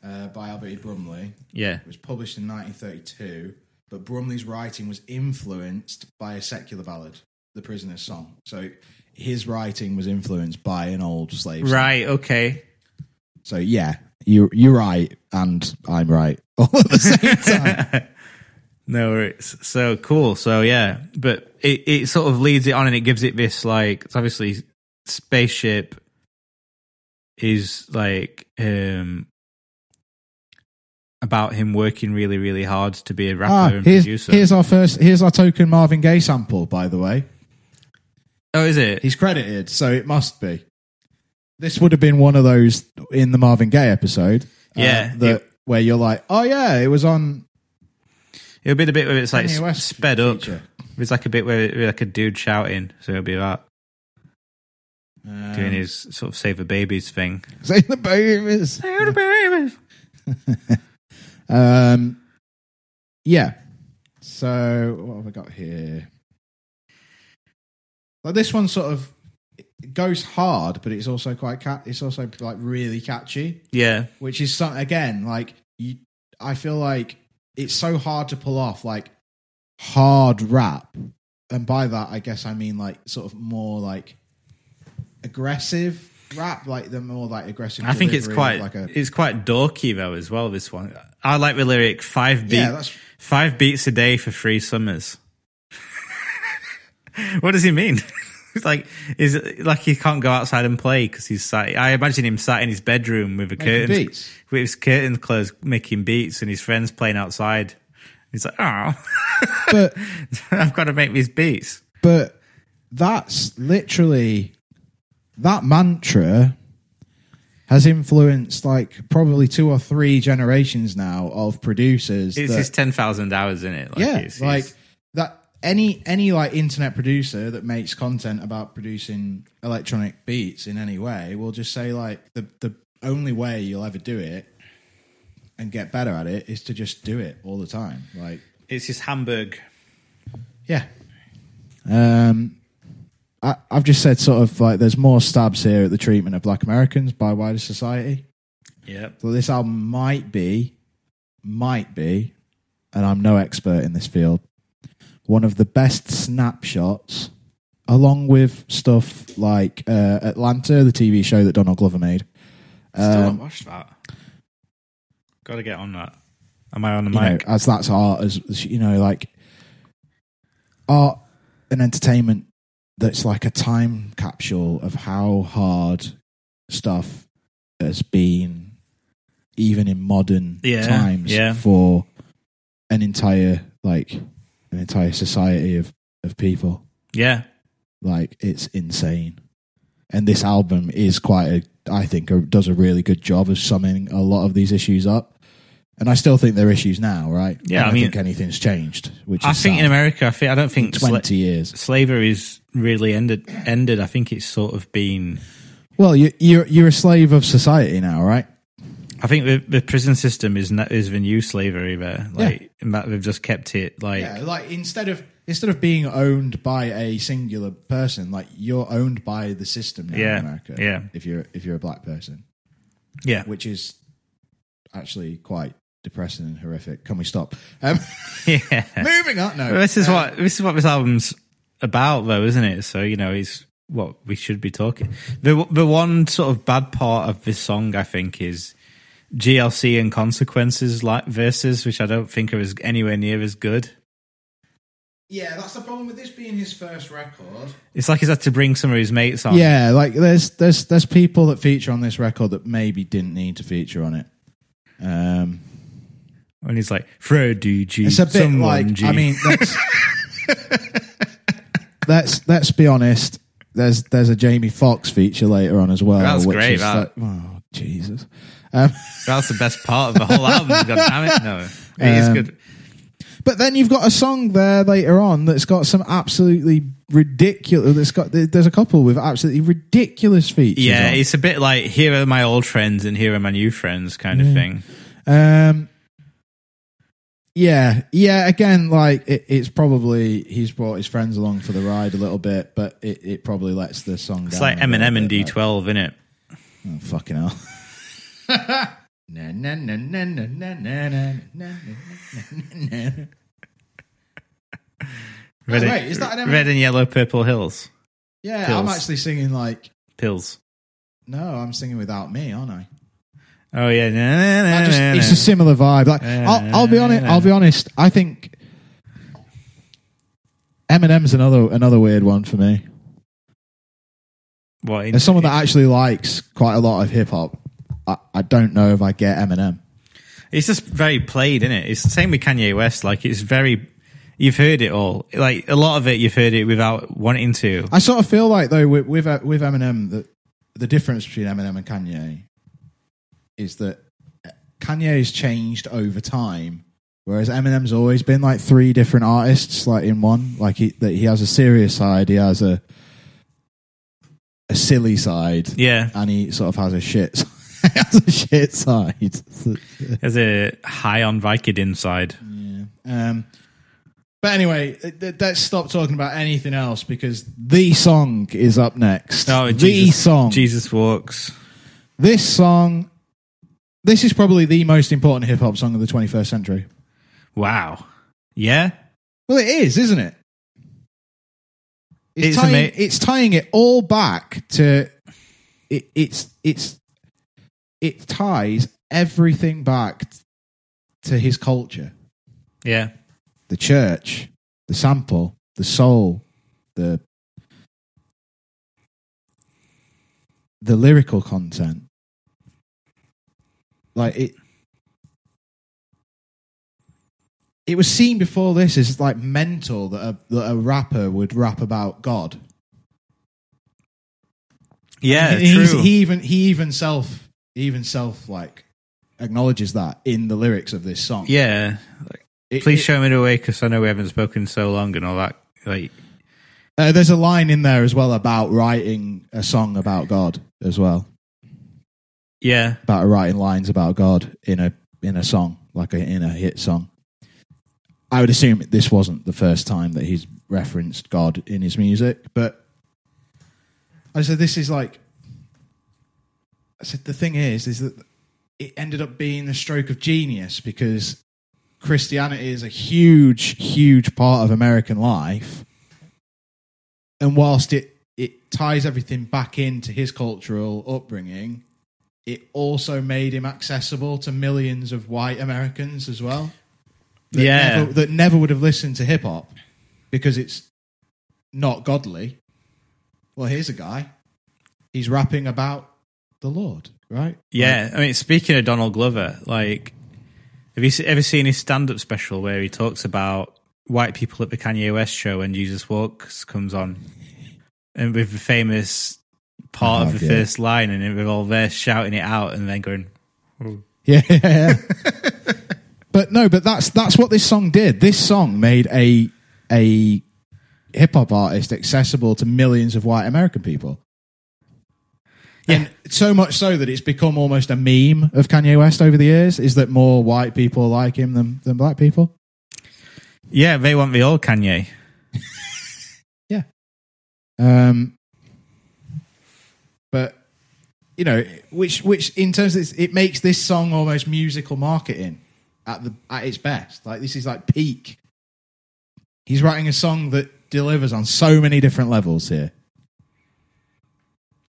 [SPEAKER 1] uh, by Albert E. Brumley.
[SPEAKER 2] yeah.
[SPEAKER 1] It was published in 1932, but Brumley's writing was influenced by a secular ballad, The Prisoner's Song. So his writing was influenced by an old slave. song.
[SPEAKER 2] Right. Okay.
[SPEAKER 1] So yeah, you you're right, and I'm right [laughs] all at the [laughs]
[SPEAKER 2] [laughs]
[SPEAKER 1] same time.
[SPEAKER 2] no, it's so cool. So yeah, but it it sort of leads it on and it gives it this like it's obviously spaceship is like um about him working really really hard to be a rapper
[SPEAKER 1] ah,
[SPEAKER 2] and
[SPEAKER 1] here's,
[SPEAKER 2] producer.
[SPEAKER 1] here's our first. Here's our token Marvin Gaye sample. By the way,
[SPEAKER 2] oh, is it?
[SPEAKER 1] He's credited, so it must be. This would have been one of those in the Marvin Gaye episode. uh,
[SPEAKER 2] Yeah,
[SPEAKER 1] that, where you're like, oh, yeah, it was on.
[SPEAKER 2] It'll be the bit where it's like
[SPEAKER 1] Kanye
[SPEAKER 2] s-
[SPEAKER 1] West
[SPEAKER 2] sped up.
[SPEAKER 1] feature.
[SPEAKER 2] It's like a bit where where like a dude shouting, so it'll be that
[SPEAKER 1] Um,
[SPEAKER 2] doing
[SPEAKER 1] [laughs]
[SPEAKER 2] his sort of save the babies thing.
[SPEAKER 1] Say the
[SPEAKER 2] [laughs]
[SPEAKER 1] babies.
[SPEAKER 2] Save the babies.
[SPEAKER 1] Um, yeah. So, what have I got here? Like, this one sort of it goes hard, but it's also quite cat. It's also like really catchy.
[SPEAKER 2] Yeah.
[SPEAKER 1] which is some again like you i feel like it's so hard to pull off like hard rap and by that i guess i mean like sort of more like aggressive rap like the more like aggressive
[SPEAKER 2] I think it's
[SPEAKER 1] delivery,
[SPEAKER 2] quite
[SPEAKER 1] like a
[SPEAKER 2] it's quite dorky though as well. This one, I like the lyric five beat
[SPEAKER 1] yeah that's
[SPEAKER 2] five beats a day for three summers. [laughs] what does he mean? [laughs] it's like is it- like he can't go outside and play because he's sat. I imagine him sat in his bedroom with a
[SPEAKER 1] making
[SPEAKER 2] curtain
[SPEAKER 1] beats
[SPEAKER 2] with his curtains closed, making beats, and his friends playing outside. He's like, oh, [laughs]
[SPEAKER 1] but
[SPEAKER 2] I've got to make these beats.
[SPEAKER 1] but that's literally that mantra has influenced like probably two or three generations now of producers
[SPEAKER 2] It's
[SPEAKER 1] that,
[SPEAKER 2] his ten thousand hours in it. Like,
[SPEAKER 1] yeah,
[SPEAKER 2] it's,
[SPEAKER 1] like
[SPEAKER 2] it's-
[SPEAKER 1] that. Any any like internet producer that makes content about producing electronic beats in any way will just say like the the only way you'll ever do it and get better at it is to just do it all the time. Like
[SPEAKER 2] it's his Hamburg.
[SPEAKER 1] yeah. Um, I, I've just said sort of like there's more stabs here at the treatment of Black Americans by wider society.
[SPEAKER 2] Yeah.
[SPEAKER 1] So this album might be, might be, and I'm no expert in this field, one of the best snapshots, along with stuff like uh, Atlanta, the TV show that Donald Glover made.
[SPEAKER 2] Still
[SPEAKER 1] Um,
[SPEAKER 2] not watched that. Got to get on that. Am I on the
[SPEAKER 1] you know,
[SPEAKER 2] mic?
[SPEAKER 1] as that's art, as as, you know, like art and entertainment that's like a time capsule of how hard stuff has been, even in modern
[SPEAKER 2] Yeah,
[SPEAKER 1] times,
[SPEAKER 2] yeah.
[SPEAKER 1] for an entire like an entire society of of people.
[SPEAKER 2] yeah.
[SPEAKER 1] Like it's insane, and this album is quite a. I think a, does a really good job of summing a lot of these issues up, and I still think they're issues now, right?
[SPEAKER 2] Yeah,
[SPEAKER 1] I,
[SPEAKER 2] I
[SPEAKER 1] don't
[SPEAKER 2] mean-
[SPEAKER 1] think anything's changed. Which
[SPEAKER 2] I
[SPEAKER 1] is
[SPEAKER 2] think
[SPEAKER 1] sad.
[SPEAKER 2] in America, I think I don't think sla-
[SPEAKER 1] uh, twenty years.
[SPEAKER 2] slavery's really ended. Ended. I think it's sort of been.
[SPEAKER 1] Well, you, you're you're a slave of society now, right?
[SPEAKER 2] I think the, the prison system is not, is the new slavery there. Like in that they've just kept it like
[SPEAKER 1] Yeah, like instead of instead of being owned by a singular person, like you're owned by the system now
[SPEAKER 2] Yeah,
[SPEAKER 1] in America.
[SPEAKER 2] yeah.
[SPEAKER 1] if you're if you're a black person,
[SPEAKER 2] yeah.
[SPEAKER 1] which is actually quite depressing and horrific. Can we stop? Um,
[SPEAKER 2] [laughs]
[SPEAKER 1] [laughs]
[SPEAKER 2] yeah.
[SPEAKER 1] moving on. No,
[SPEAKER 2] This is what this is what this album's about, though, isn't it? So you know, he's what we should be talking. The the one sort of bad part of this song, I think, is GLC and consequences like verses, which I don't think are as, anywhere near as good.
[SPEAKER 3] Yeah, that's the problem with this being his first record.
[SPEAKER 2] It's like he's had to bring some of his mates on.
[SPEAKER 1] Yeah, like there's there's there's people that feature on this record that maybe didn't need to feature on it. Um,
[SPEAKER 2] and he's like Freddie G.
[SPEAKER 1] it's a bit
[SPEAKER 2] someone
[SPEAKER 1] like
[SPEAKER 2] G.
[SPEAKER 1] I mean,
[SPEAKER 2] [laughs]
[SPEAKER 1] let's, let's let's be honest. There's there's a Jamie Foxx feature later on as well.
[SPEAKER 2] That's
[SPEAKER 1] which
[SPEAKER 2] great,
[SPEAKER 1] is like-
[SPEAKER 2] that.
[SPEAKER 1] oh Jesus.
[SPEAKER 2] that's the best part of the
[SPEAKER 1] [laughs]
[SPEAKER 2] whole album. God damn it, no, it is
[SPEAKER 1] Um,
[SPEAKER 2] good.
[SPEAKER 1] But then you've got a song there later on that's got some absolutely ridiculous. That's got there's a couple with absolutely ridiculous features.
[SPEAKER 2] Yeah,
[SPEAKER 1] on.
[SPEAKER 2] it's a bit like here are my old friends and here are my new friends kind of thing.
[SPEAKER 1] Um, yeah, yeah. Again, like it, it's probably he's brought his friends along for the ride a little bit, but it, it probably lets the song.
[SPEAKER 2] It's like Eminem and
[SPEAKER 1] D twelve.
[SPEAKER 2] D12, isn't it?
[SPEAKER 1] Oh, fucking hell. [laughs] Na, na, na, na, na, na, na, na, na, na, na, na.
[SPEAKER 2] Red,
[SPEAKER 1] wait, is that an Eminem?
[SPEAKER 2] red and yellow, purple hills,
[SPEAKER 1] yeah, I'm
[SPEAKER 2] Pills.
[SPEAKER 1] actually singing like
[SPEAKER 2] pills.
[SPEAKER 1] no, I'm singing without me, aren't I?
[SPEAKER 2] Oh yeah, na, na,
[SPEAKER 1] I just,
[SPEAKER 2] na,
[SPEAKER 1] it's
[SPEAKER 2] na.
[SPEAKER 1] a similar vibe. Like I'll, I'll be honest. I'll be honest. I think Eminem's another another weird one for me.
[SPEAKER 2] what, in-
[SPEAKER 1] As someone that actually likes quite a lot of hip hop, I, I don't know if I get Eminem.
[SPEAKER 2] It's just very played, isn't it? It's the same with Kanye West. Like it's very, you've heard it all. Like a lot of it, you've heard it without wanting to.
[SPEAKER 1] I sort of feel like though with with, with Eminem that the difference between Eminem and Kanye is that Kanye's changed over time, whereas Eminem's always been like three different artists, like in one. Like he that he has a serious side, he has a a silly side,
[SPEAKER 2] Yeah,
[SPEAKER 1] and he sort of has a shit. [laughs] s- he has a shit side.
[SPEAKER 2] there's a high on Vicodin side.
[SPEAKER 1] Um, but anyway, th- th- let's stop talking about anything else because the song is up next.
[SPEAKER 2] Oh,
[SPEAKER 1] the
[SPEAKER 2] Jesus,
[SPEAKER 1] song.
[SPEAKER 2] Jesus walks.
[SPEAKER 1] This song. This is probably the most important hip hop song of the 21st century.
[SPEAKER 2] Wow. Yeah.
[SPEAKER 1] Well, it is, isn't it? It's,
[SPEAKER 2] It's
[SPEAKER 1] tying,
[SPEAKER 2] ama-
[SPEAKER 1] it's tying it all back to. It, it's it's it ties everything back t- to his culture.
[SPEAKER 2] Yeah.
[SPEAKER 1] the church, the sample, the soul, the the lyrical content. Like it it was seen before this as like mental that a that a rapper would rap about God.
[SPEAKER 2] Yeah.
[SPEAKER 1] And he's-
[SPEAKER 2] true.
[SPEAKER 1] He even he even self he even self like acknowledges that in the lyrics of this song.
[SPEAKER 2] yeah.
[SPEAKER 1] It-
[SPEAKER 2] Please
[SPEAKER 1] it-
[SPEAKER 2] show me the way because I know we haven't spoken so long and all that. Like,
[SPEAKER 1] Uh, there's a line in there as well about writing a song about God as well,
[SPEAKER 2] yeah.
[SPEAKER 1] about writing lines about God in a in a song, like a, in a hit song. I would assume this wasn't the first time that he's referenced God in his music, but I said this is like I said the thing is is that it ended up being a stroke of genius because Christianity is a huge huge part of American life and whilst it it ties everything back into his cultural upbringing it also made him accessible to millions of white Americans as well that
[SPEAKER 2] Yeah.
[SPEAKER 1] never, that never would have listened to hip hop because it's not godly well here's a guy he's rapping about the Lord right [laughs]
[SPEAKER 2] Yeah, I mean, speaking of Donald Glover, like, have you se- ever seen his stand-up special where he talks about white people at the Kanye West show when Jesus Walks comes on, and with the famous
[SPEAKER 1] Oh,
[SPEAKER 2] part of the
[SPEAKER 1] yeah.
[SPEAKER 2] first line, and they're all there shouting it out, and then going,
[SPEAKER 1] Yeah. yeah, yeah. but no, but that's that's what this song did. This song made a a hip hop artist accessible to millions of white American people.
[SPEAKER 2] "Yeah,
[SPEAKER 1] So much so that it's become almost a meme of Kanye West over the years is that more white people like him than, than black people.
[SPEAKER 2] yeah, they want the old Kanye."
[SPEAKER 1] Um, but you know, which which in terms of this, it makes this song almost musical marketing at the at its best. Like this is like peak. He's writing a song that delivers on so many different levels here.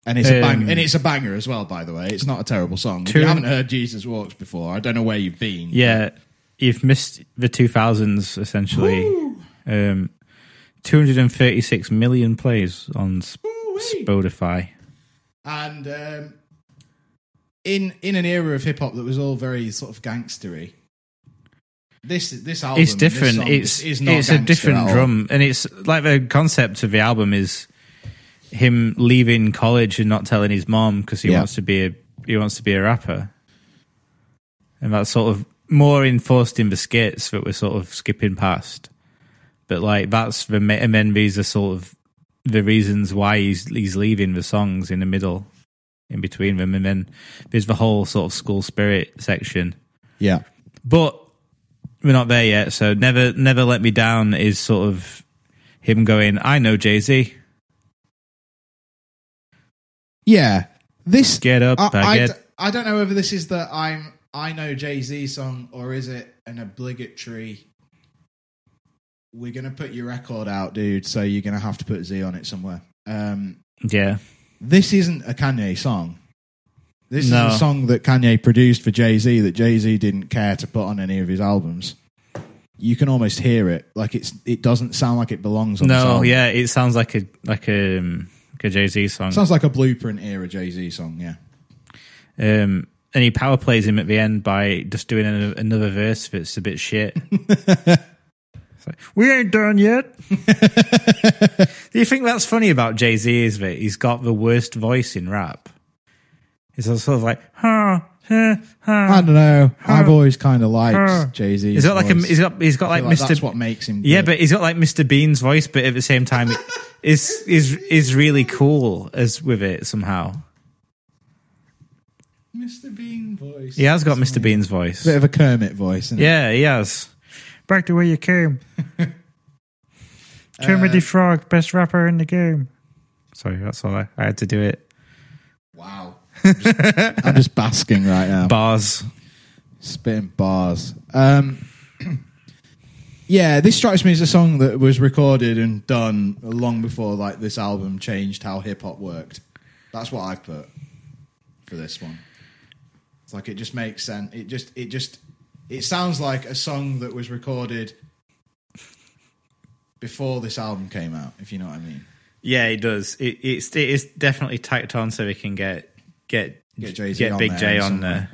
[SPEAKER 1] and it's a bang,
[SPEAKER 2] Um,
[SPEAKER 1] and it's a banger as well. By the way, it's not a terrible song. If
[SPEAKER 2] Two-
[SPEAKER 1] you haven't heard Jesus Walks before, I don't know where you've been.
[SPEAKER 2] Yeah, you've missed the 2000s essentially. Um, 236 million plays on S-
[SPEAKER 1] Ooh-wee.
[SPEAKER 2] Spotify.
[SPEAKER 1] and um, in in an era of hip hop that was all very sort of gangstery. This this album
[SPEAKER 2] it's
[SPEAKER 1] This
[SPEAKER 2] different.
[SPEAKER 1] song
[SPEAKER 2] it's
[SPEAKER 1] is not
[SPEAKER 2] it's a
[SPEAKER 1] gangster at
[SPEAKER 2] different
[SPEAKER 1] all.
[SPEAKER 2] drum, and it's like the concept of the album is him leaving college and not telling his mom because he
[SPEAKER 1] Yeah.
[SPEAKER 2] wants to be a he wants to be a rapper, and that's sort of more enforced in the skits that we're sort of skipping past. But like that's the ma- and then these are sort of the reasons why he's he's leaving the songs in the middle, in between them, and then there's the whole sort of school spirit section
[SPEAKER 1] Yeah,
[SPEAKER 2] but we're not there yet. So never, never let me down is sort of him going. I know Jay Z.
[SPEAKER 1] yeah. This
[SPEAKER 2] Get up,
[SPEAKER 1] I, I
[SPEAKER 2] baguette.
[SPEAKER 1] d- I don't know whether this is the I'm I know Jay Z song or is it an obligatory. We're gonna put your record out, dude. So you're gonna have to put Z on it somewhere. Um,
[SPEAKER 2] yeah,
[SPEAKER 1] this isn't a Kanye song. This
[SPEAKER 2] No.
[SPEAKER 1] is a song that Kanye produced for Jay Z that Jay Z didn't care to put on any of his albums. You can almost hear it. Like it's it doesn't sound like it belongs on. the
[SPEAKER 2] no,
[SPEAKER 1] song.
[SPEAKER 2] yeah. It sounds like a like a, um, like a Jay Z song.
[SPEAKER 1] Sounds like a blueprint era Jay Z song. Yeah.
[SPEAKER 2] um, and he power plays him at the end by just doing an, another verse that's a bit
[SPEAKER 1] [laughs]
[SPEAKER 2] shit. It's like, we ain't done yet. Do you think that's funny about Jay Z? Is that he's got the worst voice in rap? He's sort of like, huh, huh, huh.
[SPEAKER 1] I don't know. I've always kind of liked Jay Z.
[SPEAKER 2] He's got like a he's got he's got like,
[SPEAKER 1] That's
[SPEAKER 2] Mr.
[SPEAKER 1] what makes him.
[SPEAKER 2] yeah,
[SPEAKER 1] good.
[SPEAKER 2] but he's got like Mr. Bean's voice, but at the same [laughs] time, it- is is is really cool as with it somehow.
[SPEAKER 1] Mr. Bean voice.
[SPEAKER 2] He has got Mr. Bean's voice.
[SPEAKER 1] Bit of a Kermit voice. Isn't it?
[SPEAKER 2] Yeah, he has. Back to where you [laughs] came. Kermit the Frog, best rapper in the game. Uh, Sorry, that's all I, I had to do it.
[SPEAKER 1] Wow. I'm just, I'm just basking right now.
[SPEAKER 2] Bars.
[SPEAKER 1] Spitting bars. Um, [clears throat] yeah, this strikes me as a song that was recorded and done long before like this album changed how hip hop worked. That's what I've put for this one. It's like it just makes sense. It just it just it sounds like a song that was recorded before this album came out, if you know what I mean.
[SPEAKER 2] Yeah, he does. It, it's it is definitely tacked on so we can get get
[SPEAKER 1] Get Jay-Z
[SPEAKER 2] get
[SPEAKER 1] on
[SPEAKER 2] Big
[SPEAKER 1] there
[SPEAKER 2] J on
[SPEAKER 1] somewhere.
[SPEAKER 2] there.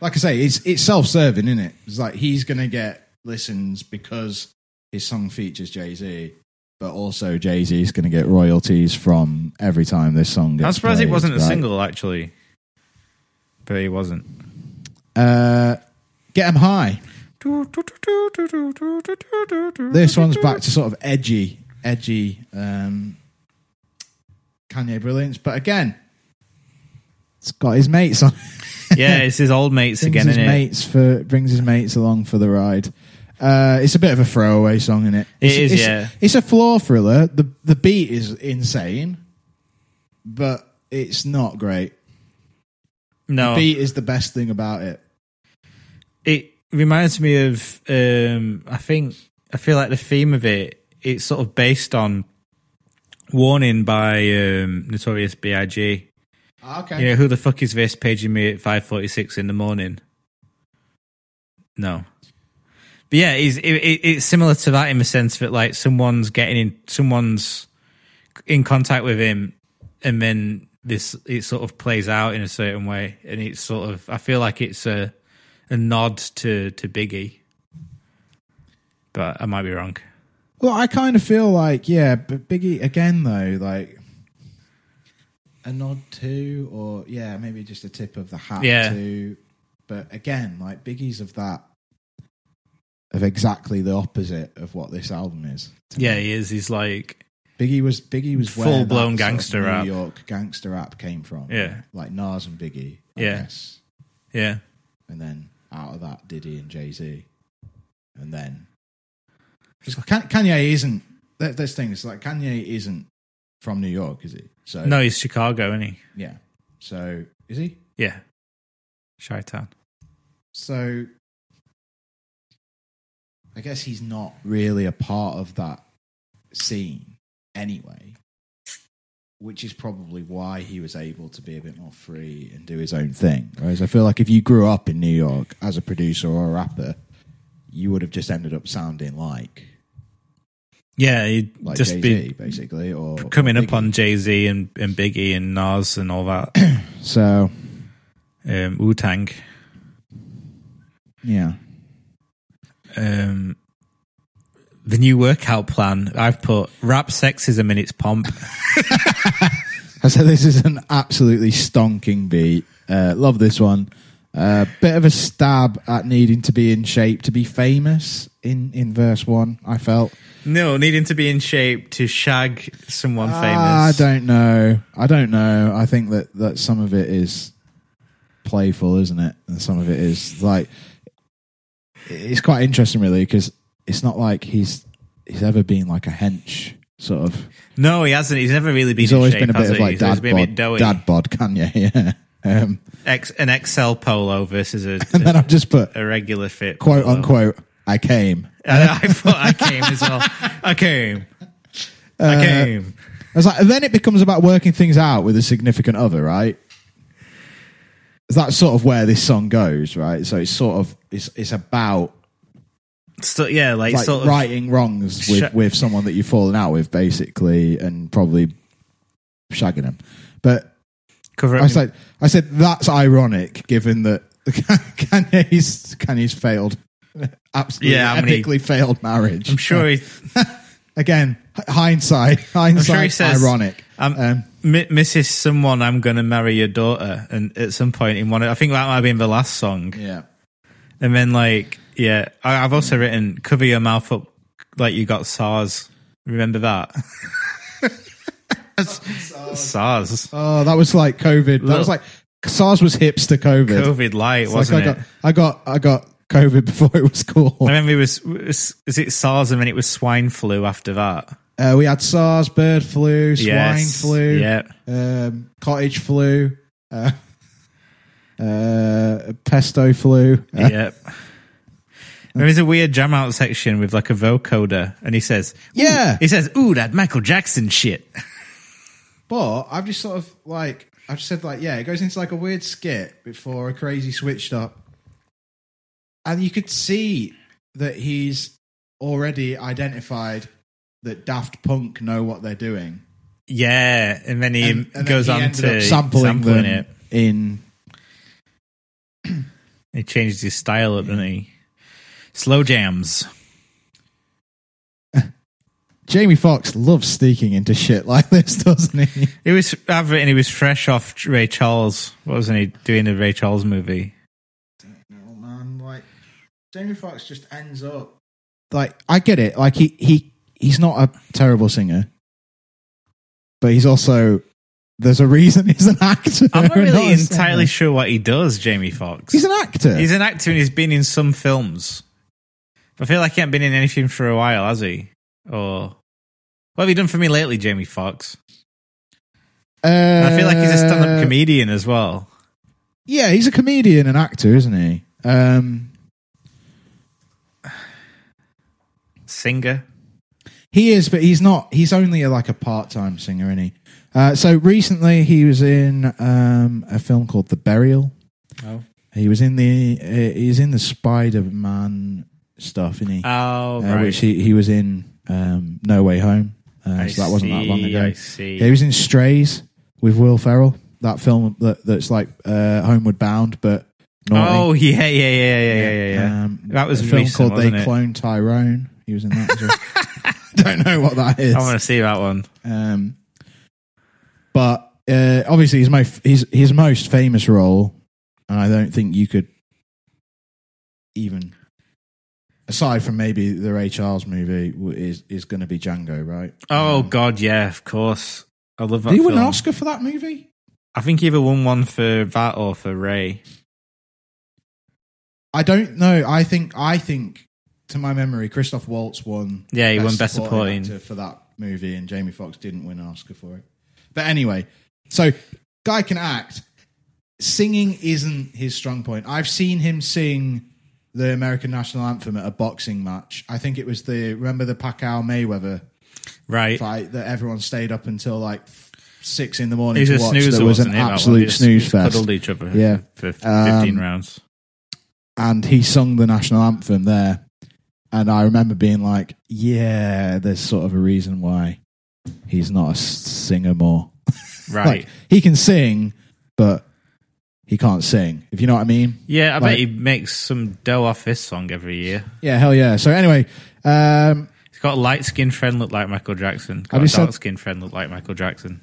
[SPEAKER 1] like I say, it's it's self serving, isn't it? It's like he's gonna get listens because his song features Jay Z, but also Jay Z is gonna get royalties from every time this song. Gets
[SPEAKER 2] I'm surprised it
[SPEAKER 1] played,
[SPEAKER 2] wasn't a
[SPEAKER 1] right?
[SPEAKER 2] single actually, but he wasn't.
[SPEAKER 1] Uh, get him high. This one's back to sort of edgy, edgy um, Kanye brilliance, but again, it's got his mates on.
[SPEAKER 2] [laughs]
[SPEAKER 1] [laughs]
[SPEAKER 2] Yeah, it's his old mates
[SPEAKER 1] brings
[SPEAKER 2] again,
[SPEAKER 1] his
[SPEAKER 2] isn't it?
[SPEAKER 1] mates for brings his mates along for the ride. Uh, it's a bit of a throwaway song, isn't it?
[SPEAKER 2] It
[SPEAKER 1] It's,
[SPEAKER 2] is,
[SPEAKER 1] it's-
[SPEAKER 2] yeah.
[SPEAKER 1] It's a floor thriller. The the beat is insane, but it's not great.
[SPEAKER 2] No,
[SPEAKER 1] Beat is the best thing about it.
[SPEAKER 2] it reminds me of. Um, I think I feel like the theme of it. It's sort of based on "Warning" by um, Notorious B.I.G.
[SPEAKER 1] Okay.
[SPEAKER 2] You know who the fuck is this paging me at five forty six in the morning? No. But yeah, it's, it, it, it's similar to that in the sense that like someone's getting in, someone's in contact with him, and then this it sort of plays out in a certain way, and it's sort of I feel like it's a a nod to to Biggie, but I might be wrong.
[SPEAKER 1] Well, I kind of feel like yeah, but Biggie again though, like a nod to, or yeah, maybe just a tip of the hat
[SPEAKER 2] Yeah.
[SPEAKER 1] to. But again, like Biggie's of that of exactly the opposite of what this album is. to me.
[SPEAKER 2] Yeah, he is. He's like
[SPEAKER 1] Biggie was Biggie was where
[SPEAKER 2] Full-blown
[SPEAKER 1] that sort of
[SPEAKER 2] gangster
[SPEAKER 1] New
[SPEAKER 2] rap.
[SPEAKER 1] York gangster rap came from.
[SPEAKER 2] Yeah.
[SPEAKER 1] like Nas and Biggie. I
[SPEAKER 2] Yeah.
[SPEAKER 1] guess.
[SPEAKER 2] yeah.
[SPEAKER 1] and then out of that Diddy and Jay Z, and then 'cause Kan- Kanye isn't. That, this thing is like Kanye isn't from New York, is he? So
[SPEAKER 2] No, he's Chicago, isn't he?
[SPEAKER 1] yeah. So is he?
[SPEAKER 2] Yeah, Chi Town.
[SPEAKER 1] So I guess he's not really a part of that scene anyway. which is probably why he was able to be a bit more free and do his own thing. Whereas I feel like if you grew up in New York as a producer or a rapper, you would have just ended up sounding like
[SPEAKER 2] Yeah, he'd
[SPEAKER 1] like
[SPEAKER 2] just
[SPEAKER 1] Jay
[SPEAKER 2] be
[SPEAKER 1] Z, basically, or
[SPEAKER 2] coming
[SPEAKER 1] or
[SPEAKER 2] up
[SPEAKER 1] Biggie.
[SPEAKER 2] on Jay Z and, and Biggie and Nas and all [coughs] that.
[SPEAKER 1] So
[SPEAKER 2] um, Wu Tang.
[SPEAKER 1] yeah,
[SPEAKER 2] Um, the new workout plan. I've put rap sexism in its pomp.
[SPEAKER 1] I said this is an absolutely stonking beat. Uh, love this one. Uh, bit of a stab at needing to be in shape to be famous in in verse one. I felt.
[SPEAKER 2] [laughs] no, needing to be in shape to shag someone
[SPEAKER 1] I
[SPEAKER 2] famous.
[SPEAKER 1] don't know. I don't know. I think that, that some of it is playful, isn't it? And some of it is like it's quite interesting, really, because it's not like he's he's ever been like a hench sort of.
[SPEAKER 2] No, he hasn't. He's never really been.
[SPEAKER 1] He's
[SPEAKER 2] in
[SPEAKER 1] always
[SPEAKER 2] shape,
[SPEAKER 1] been a
[SPEAKER 2] has
[SPEAKER 1] bit of
[SPEAKER 2] he?
[SPEAKER 1] like
[SPEAKER 2] He's always
[SPEAKER 1] dad
[SPEAKER 2] been a bit
[SPEAKER 1] bod,
[SPEAKER 2] doughy.
[SPEAKER 1] dad bod, Kanye. [laughs] Yeah. Um,
[SPEAKER 2] Ex, an XL polo versus [laughs] a,
[SPEAKER 1] and then I've just put
[SPEAKER 2] a regular fit
[SPEAKER 1] quote
[SPEAKER 2] polo.
[SPEAKER 1] unquote. I came.
[SPEAKER 2] And [laughs] I thought I came as well. I came. I came.
[SPEAKER 1] I was Uh, like, and then it becomes about working things out with a significant other, right? That's sort of where this song goes, right? So it's sort of it's it's about
[SPEAKER 2] So, yeah, like,
[SPEAKER 1] like
[SPEAKER 2] sort of.
[SPEAKER 1] righting wrongs with
[SPEAKER 2] Sh-
[SPEAKER 1] with someone that you've fallen out with, basically, and probably shagging them. But
[SPEAKER 2] Cover
[SPEAKER 1] I
[SPEAKER 2] up.
[SPEAKER 1] was like, I said that's ironic, given that [laughs] Kanye's Kanye's failed, [laughs] absolutely
[SPEAKER 2] Yeah, how many-
[SPEAKER 1] epically failed marriage.
[SPEAKER 2] I'm sure he,
[SPEAKER 1] [laughs] Again, h- hindsight, [laughs] hindsight,
[SPEAKER 2] he says-
[SPEAKER 1] ironic.
[SPEAKER 2] I'm,
[SPEAKER 1] Um,
[SPEAKER 2] mi- Mrs. Someone, I'm going to marry your daughter. And at some point in one, of- I think that might have been the last song.
[SPEAKER 1] yeah.
[SPEAKER 2] And then, like, yeah, I, I've also written, cover your mouth up like you got SARS.
[SPEAKER 1] [laughs]
[SPEAKER 2] Remember that? SARS.
[SPEAKER 1] Oh, that was like COVID. That
[SPEAKER 2] Look.
[SPEAKER 1] was like SARS was hipster COVID.
[SPEAKER 2] COVID light,
[SPEAKER 1] It's like
[SPEAKER 2] wasn't
[SPEAKER 1] I got,
[SPEAKER 2] it?
[SPEAKER 1] I got, I got COVID [laughs] before it was cool.
[SPEAKER 2] I remember it was, was, is it SARS and then it was swine flu after that?
[SPEAKER 1] Uh, we had SARS, bird flu, swine
[SPEAKER 2] Yes.
[SPEAKER 1] flu,
[SPEAKER 2] Yeah.
[SPEAKER 1] um, cottage flu, uh, [laughs] uh, pesto flu. Uh,
[SPEAKER 2] yep. There is a weird jam out section with like a vocoder, and he says,
[SPEAKER 1] Yeah.
[SPEAKER 2] he says, "Ooh, that Michael Jackson shit."
[SPEAKER 1] But I've just sort of like, I've just said like, yeah, it goes into like a weird skit before a crazy switched up. And you could see that he's already identified that Daft Punk know what they're doing.
[SPEAKER 2] Yeah, and then he
[SPEAKER 1] And- and then
[SPEAKER 2] goes
[SPEAKER 1] he
[SPEAKER 2] on
[SPEAKER 1] ended
[SPEAKER 2] to
[SPEAKER 1] up sampling, them
[SPEAKER 2] it.
[SPEAKER 1] in
[SPEAKER 2] He changed his style up, didn't he? Slow jams.
[SPEAKER 1] Jamie Foxx loves sneaking into shit like this, [laughs] doesn't he?
[SPEAKER 2] It was I've written he was fresh off Ray Charles. What wasn't he doing a Ray
[SPEAKER 1] [laughs]
[SPEAKER 2] Charles movie?
[SPEAKER 1] No Oh, man, like Jamie Foxx just ends up like I get it. Like he he he's not a terrible singer, but he's also there's a reason [laughs] he's an actor.
[SPEAKER 2] I'm not
[SPEAKER 1] and a
[SPEAKER 2] really
[SPEAKER 1] singer.
[SPEAKER 2] entirely sure what he does, Jamie Foxx.
[SPEAKER 1] He's an actor.
[SPEAKER 2] He's an actor and he's been in some films. I feel like he hasn't been in anything for a while, has he? Or what have you done for me lately, Jamie Foxx? And I feel like he's a stand-up
[SPEAKER 1] Uh,
[SPEAKER 2] comedian as well.
[SPEAKER 1] Yeah, he's a comedian and actor, isn't he? Um,
[SPEAKER 2] Singer.
[SPEAKER 1] He is, but he's not. He's only a, like a part-time singer, isn't he? Uh, so recently, he was in um, a film called The Burial.
[SPEAKER 2] Oh.
[SPEAKER 1] He was in the uh, he's in the Spider-Man stuff, isn't he?
[SPEAKER 2] Oh,
[SPEAKER 1] Uh,
[SPEAKER 2] right.
[SPEAKER 1] which he, he was in um, No Way Home. Uh, so that wasn't that long
[SPEAKER 2] see,
[SPEAKER 1] ago.
[SPEAKER 2] I see.
[SPEAKER 1] Yeah, he was in Strays with Will Ferrell. That film that, that's like uh, Homeward Bound, but naughty.
[SPEAKER 2] oh, yeah, yeah, yeah, yeah, yeah, yeah. yeah.
[SPEAKER 1] Um,
[SPEAKER 2] that was
[SPEAKER 1] a film
[SPEAKER 2] recent,
[SPEAKER 1] called
[SPEAKER 2] wasn't
[SPEAKER 1] They
[SPEAKER 2] it?
[SPEAKER 1] Clone Tyrone. He was in that. As well.
[SPEAKER 2] [laughs]
[SPEAKER 1] [laughs] Don't know what that is.
[SPEAKER 2] I want to see that one.
[SPEAKER 1] Um, but uh, obviously, his most his his most famous role, and I don't think you could even aside from maybe the Ray Charles movie w- is is going to be Django, right?
[SPEAKER 2] Oh
[SPEAKER 1] Um,
[SPEAKER 2] God, yeah, of course. I love that.
[SPEAKER 1] did he win an
[SPEAKER 2] film.
[SPEAKER 1] Oscar for that movie?
[SPEAKER 2] I think he either won one for that or for Ray.
[SPEAKER 1] I don't know. I think I think to my memory, Christoph Waltz won.
[SPEAKER 2] Yeah, he won Best Supporting.
[SPEAKER 1] Actor for that movie, and Jamie Foxx didn't win an Oscar for it. But anyway, so guy can act. Singing isn't his strong point. I've seen him sing the American national anthem at a boxing match. I think it was the remember the Pacquiao Mayweather
[SPEAKER 2] Right.
[SPEAKER 1] fight that everyone stayed up until like f- six in the morning
[SPEAKER 2] He's
[SPEAKER 1] to
[SPEAKER 2] a
[SPEAKER 1] watch
[SPEAKER 2] snoozer.
[SPEAKER 1] that was an
[SPEAKER 2] wasn't he, that one? They
[SPEAKER 1] absolute
[SPEAKER 2] just
[SPEAKER 1] snooze fest.
[SPEAKER 2] Cuddled each other.
[SPEAKER 1] Yeah.
[SPEAKER 2] For
[SPEAKER 1] Um,
[SPEAKER 2] fifteen rounds.
[SPEAKER 1] And he sung the national anthem there. And I remember being like, yeah, there's sort of a reason why he's not a s- singer more.
[SPEAKER 2] Right.
[SPEAKER 1] Like, he can sing, but he can't sing, if you know what I mean.
[SPEAKER 2] yeah, I
[SPEAKER 1] like-
[SPEAKER 2] bet he makes some dough off his song every year.
[SPEAKER 1] Yeah, hell yeah. So anyway, um,
[SPEAKER 2] He's got a light skinned friend look like Michael Jackson. Got
[SPEAKER 1] Have
[SPEAKER 2] a
[SPEAKER 1] you said-
[SPEAKER 2] dark skinned friend look like Michael Jackson.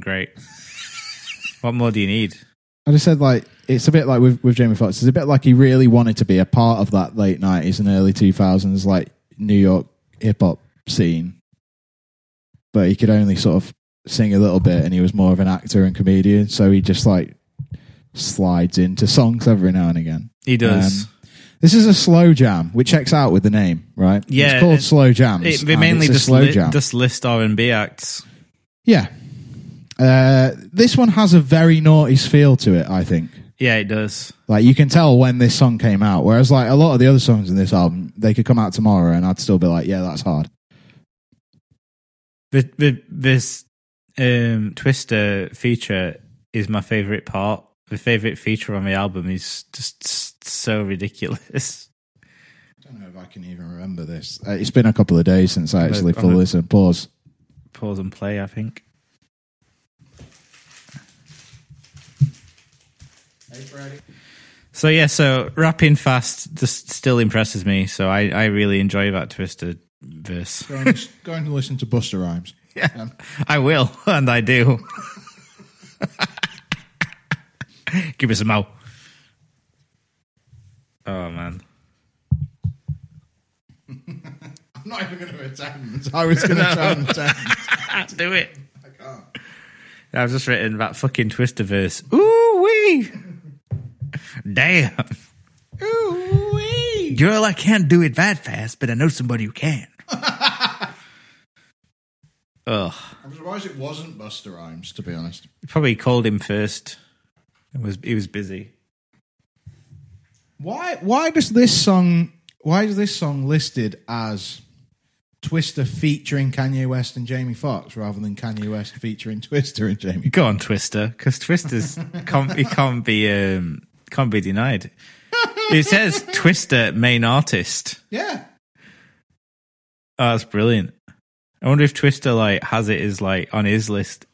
[SPEAKER 1] [laughs]
[SPEAKER 2] great. what more do you need?
[SPEAKER 1] I just said like it's a bit like with with Jamie Foxx. It's a bit like he really wanted to be a part of that late nineties and early two thousands like New York hip hop scene, but he could only sort of sing a little bit, and he was more of an actor and comedian. So he just like slides into songs every now and again.
[SPEAKER 2] He does.
[SPEAKER 1] Um, This is a slow jam, which checks out with the name, right?
[SPEAKER 2] Yeah,
[SPEAKER 1] it's called
[SPEAKER 2] it-
[SPEAKER 1] slow jams.
[SPEAKER 2] it, they
[SPEAKER 1] and
[SPEAKER 2] mainly
[SPEAKER 1] it's a
[SPEAKER 2] just,
[SPEAKER 1] slow
[SPEAKER 2] li-
[SPEAKER 1] jam.
[SPEAKER 2] just list R and B acts.
[SPEAKER 1] yeah. Uh, this one has a very naughty's feel to it, I think.
[SPEAKER 2] Yeah, it does.
[SPEAKER 1] Like you can tell when this song came out, whereas like a lot of the other songs in this album, they could come out tomorrow and I'd still be like, yeah, that's hard.
[SPEAKER 2] The, the, this um, Twister feature is my favorite part. The favorite feature on the album is just s- so ridiculous. [laughs]
[SPEAKER 1] I don't know if I can even remember this. Uh, it's been a couple of days since I actually full
[SPEAKER 2] I'm a-
[SPEAKER 1] listen. Pause.
[SPEAKER 2] Pause and play. I think. So yeah, so rapping fast just still impresses me. So I, I really enjoy that Twister verse.
[SPEAKER 1] going, to, going to listen to Buster Rhymes.
[SPEAKER 2] [laughs] I will, and I do. [laughs] Give me some mo. Oh man.
[SPEAKER 1] [laughs] I'm not even going to attempt. I was [laughs] going to try and attempt.
[SPEAKER 2] Do it. I've just written that fucking Twister verse. Ooh wee. Damn. Ooh wee. Girl, I can't do it that fast, but I know somebody who [laughs] can. Ugh.
[SPEAKER 1] I'm surprised it wasn't Buster Rhymes, to be honest.
[SPEAKER 2] Probably called him first. It was he was busy.
[SPEAKER 1] Why? Why does this song? Why is this song listed as Twister featuring Kanye West and Jamie Foxx rather than Kanye West featuring Twister and Jamie?
[SPEAKER 2] Go on, Twister, because [laughs] Twister's can't he can't be um, can't be denied. It says Twister main artist.
[SPEAKER 1] Yeah,
[SPEAKER 2] Oh, that's brilliant. I wonder if Twister like has it as like on his list.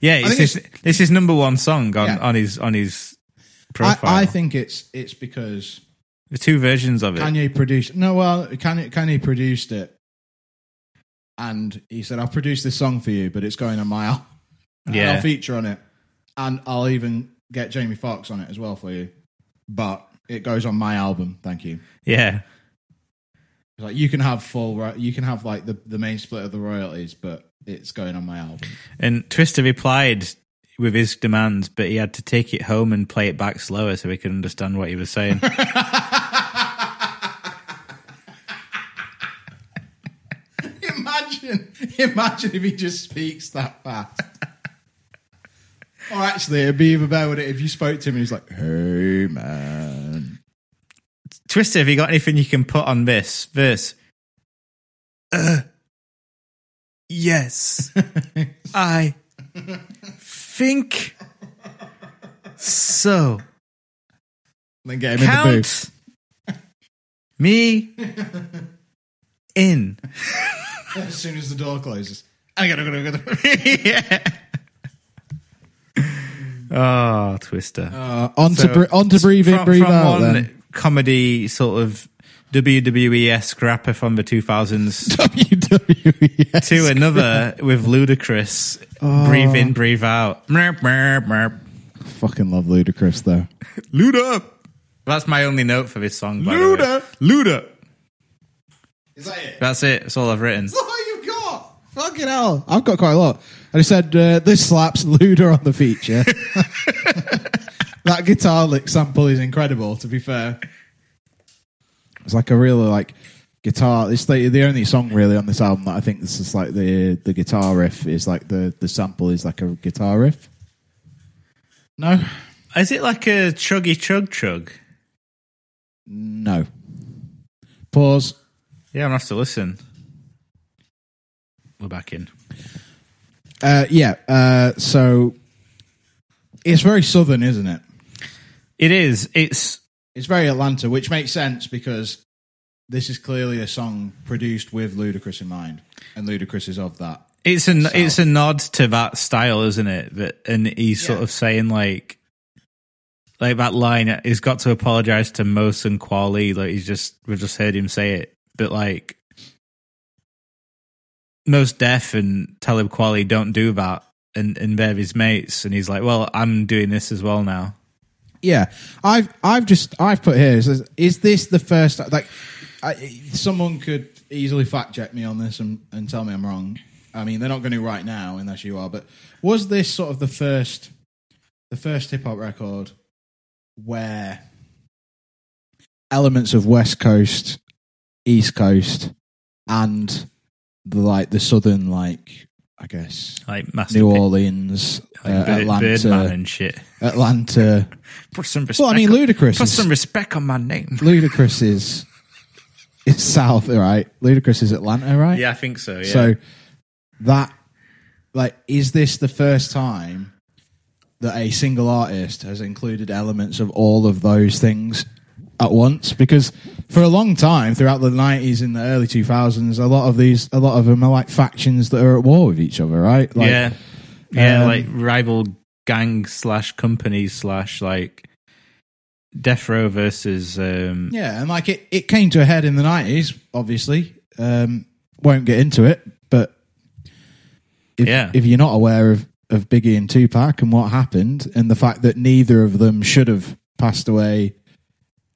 [SPEAKER 2] Yeah, it's
[SPEAKER 1] think
[SPEAKER 2] his, it's his number one song on,
[SPEAKER 1] Yeah.
[SPEAKER 2] on his on his
[SPEAKER 1] I,
[SPEAKER 2] profile.
[SPEAKER 1] I think it's it's because
[SPEAKER 2] There's two versions of it.
[SPEAKER 1] Kanye produced. No, well, Kanye, Kanye produced it, and he said, "I'll produce this song for you, but it's going on my album. [laughs] and
[SPEAKER 2] Yeah.
[SPEAKER 1] I'll feature on it, and I'll even get Jamie Foxx on it as well for you, but it goes on my album. Thank you."
[SPEAKER 2] yeah,
[SPEAKER 1] It's Like you can have full, ro- you can have like the, the main split of the royalties, but it's going on my album.
[SPEAKER 2] and Twister replied with his demands, but he had to take it home and play it back slower so he could understand what he
[SPEAKER 1] [laughs]
[SPEAKER 2] was saying.
[SPEAKER 1] [laughs] imagine, imagine if he just speaks that fast. [laughs] or actually, it'd be even better would it, if you spoke to him and he's like, "Hey man,
[SPEAKER 2] Twister, have you got anything you can put on this verse? Uh,
[SPEAKER 1] Uh,
[SPEAKER 2] yes, [laughs]
[SPEAKER 1] [laughs]
[SPEAKER 2] I think so.
[SPEAKER 1] And then get him in the booth." [laughs]
[SPEAKER 2] Count [laughs] me in.
[SPEAKER 1] As soon as the door closes,
[SPEAKER 2] yeah. Oh, Twister.
[SPEAKER 1] [laughs] uh, on
[SPEAKER 2] So,
[SPEAKER 1] to bre- on to breathe in,
[SPEAKER 2] from,
[SPEAKER 1] breathe
[SPEAKER 2] from
[SPEAKER 1] out.
[SPEAKER 2] one
[SPEAKER 1] Then
[SPEAKER 2] comedy sort of WWE esque rapper from the
[SPEAKER 1] [laughs]
[SPEAKER 2] 2000s
[SPEAKER 1] WWE.
[SPEAKER 2] to another with ludicrous
[SPEAKER 1] Oh.
[SPEAKER 2] breathe in, breathe out. Merp, merp, merp.
[SPEAKER 1] Fucking love Ludacris though.
[SPEAKER 2] Luda. That's my only note for this song. By the way.
[SPEAKER 1] Luda.
[SPEAKER 2] Luda.
[SPEAKER 1] Is that it?
[SPEAKER 2] That's it. That's all I've written.
[SPEAKER 1] all you've got. Fucking hell. I've got quite a lot. I just said, uh, this slaps Luda on the feature. [laughs] that guitar lick sample is incredible, to be fair. It's like a real, like, guitar. It's the, the only song, really, on this album that I think this is like the the guitar riff is like the, the sample is like a guitar riff. No?
[SPEAKER 2] Is it like a chuggy chug chug?
[SPEAKER 1] No. Pause.
[SPEAKER 2] Yeah, I'm gonna have to listen. We're back in.
[SPEAKER 1] Uh, yeah. Uh, so it's very southern, isn't it?
[SPEAKER 2] It is. It's
[SPEAKER 1] It's very Atlanta, which makes sense because this is clearly a song produced with Ludacris in mind, and Ludacris is of that.
[SPEAKER 2] it's a it's a nod to that style, isn't it? That and he's sort
[SPEAKER 1] Yeah.
[SPEAKER 2] of saying like like that line. He's got to apologize to Mos and Quali. Like he's just we've just heard him say it, but like most Def and Talib Kweli don't do that, and and they're his mates, and he's like, well, I'm doing this as well now.
[SPEAKER 1] Yeah, I've I've just I've put here is is this the first like I, someone could easily fact check me on this and, and tell me I'm wrong. I mean, they're not going to right now unless you are. But was this sort of the first the first hip hop record where elements of West Coast, East Coast, and the like the southern like I guess
[SPEAKER 2] Like massive
[SPEAKER 1] New
[SPEAKER 2] pit-
[SPEAKER 1] Orleans, uh,
[SPEAKER 2] like Bird- Birdman
[SPEAKER 1] Atlanta,
[SPEAKER 2] and shit. [laughs]
[SPEAKER 1] Atlanta.
[SPEAKER 2] Put some respect.
[SPEAKER 1] Well, I mean,
[SPEAKER 2] on-
[SPEAKER 1] Ludacris.
[SPEAKER 2] put
[SPEAKER 1] Is,
[SPEAKER 2] some respect on my name.
[SPEAKER 1] Ludacris is is South, right? Ludacris is Atlanta, right?
[SPEAKER 2] Yeah, I think so. Yeah.
[SPEAKER 1] So that, like, is this the first time that a single artist has included elements of all of those things at once? Because for a long time, throughout the nineties and the early two thousands, a lot of these, a lot of them are like factions that are at war with each other, right? Like,
[SPEAKER 2] yeah, yeah,
[SPEAKER 1] um,
[SPEAKER 2] like rival gang slash companies slash like Death Row versus um,
[SPEAKER 1] Yeah, and like it, it came to a head in the nineties. Obviously, um, won't get into it, but if,
[SPEAKER 2] Yeah.
[SPEAKER 1] if you're not aware of of Biggie and Tupac and what happened, and the fact that neither of them should have passed away,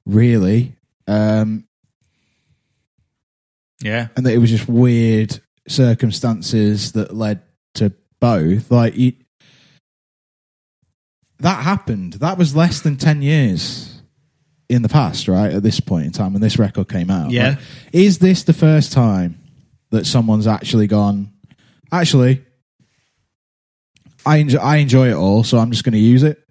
[SPEAKER 1] really, um,
[SPEAKER 2] yeah,
[SPEAKER 1] and that it was just weird circumstances that led to both. Like you, that happened. That was less than ten years in the past, right? At this point in time, when this record came out,
[SPEAKER 2] Yeah.
[SPEAKER 1] Like, is this the first time that someone's actually gone? Actually, I enjoy, I enjoy it all, so I'm just going to use it.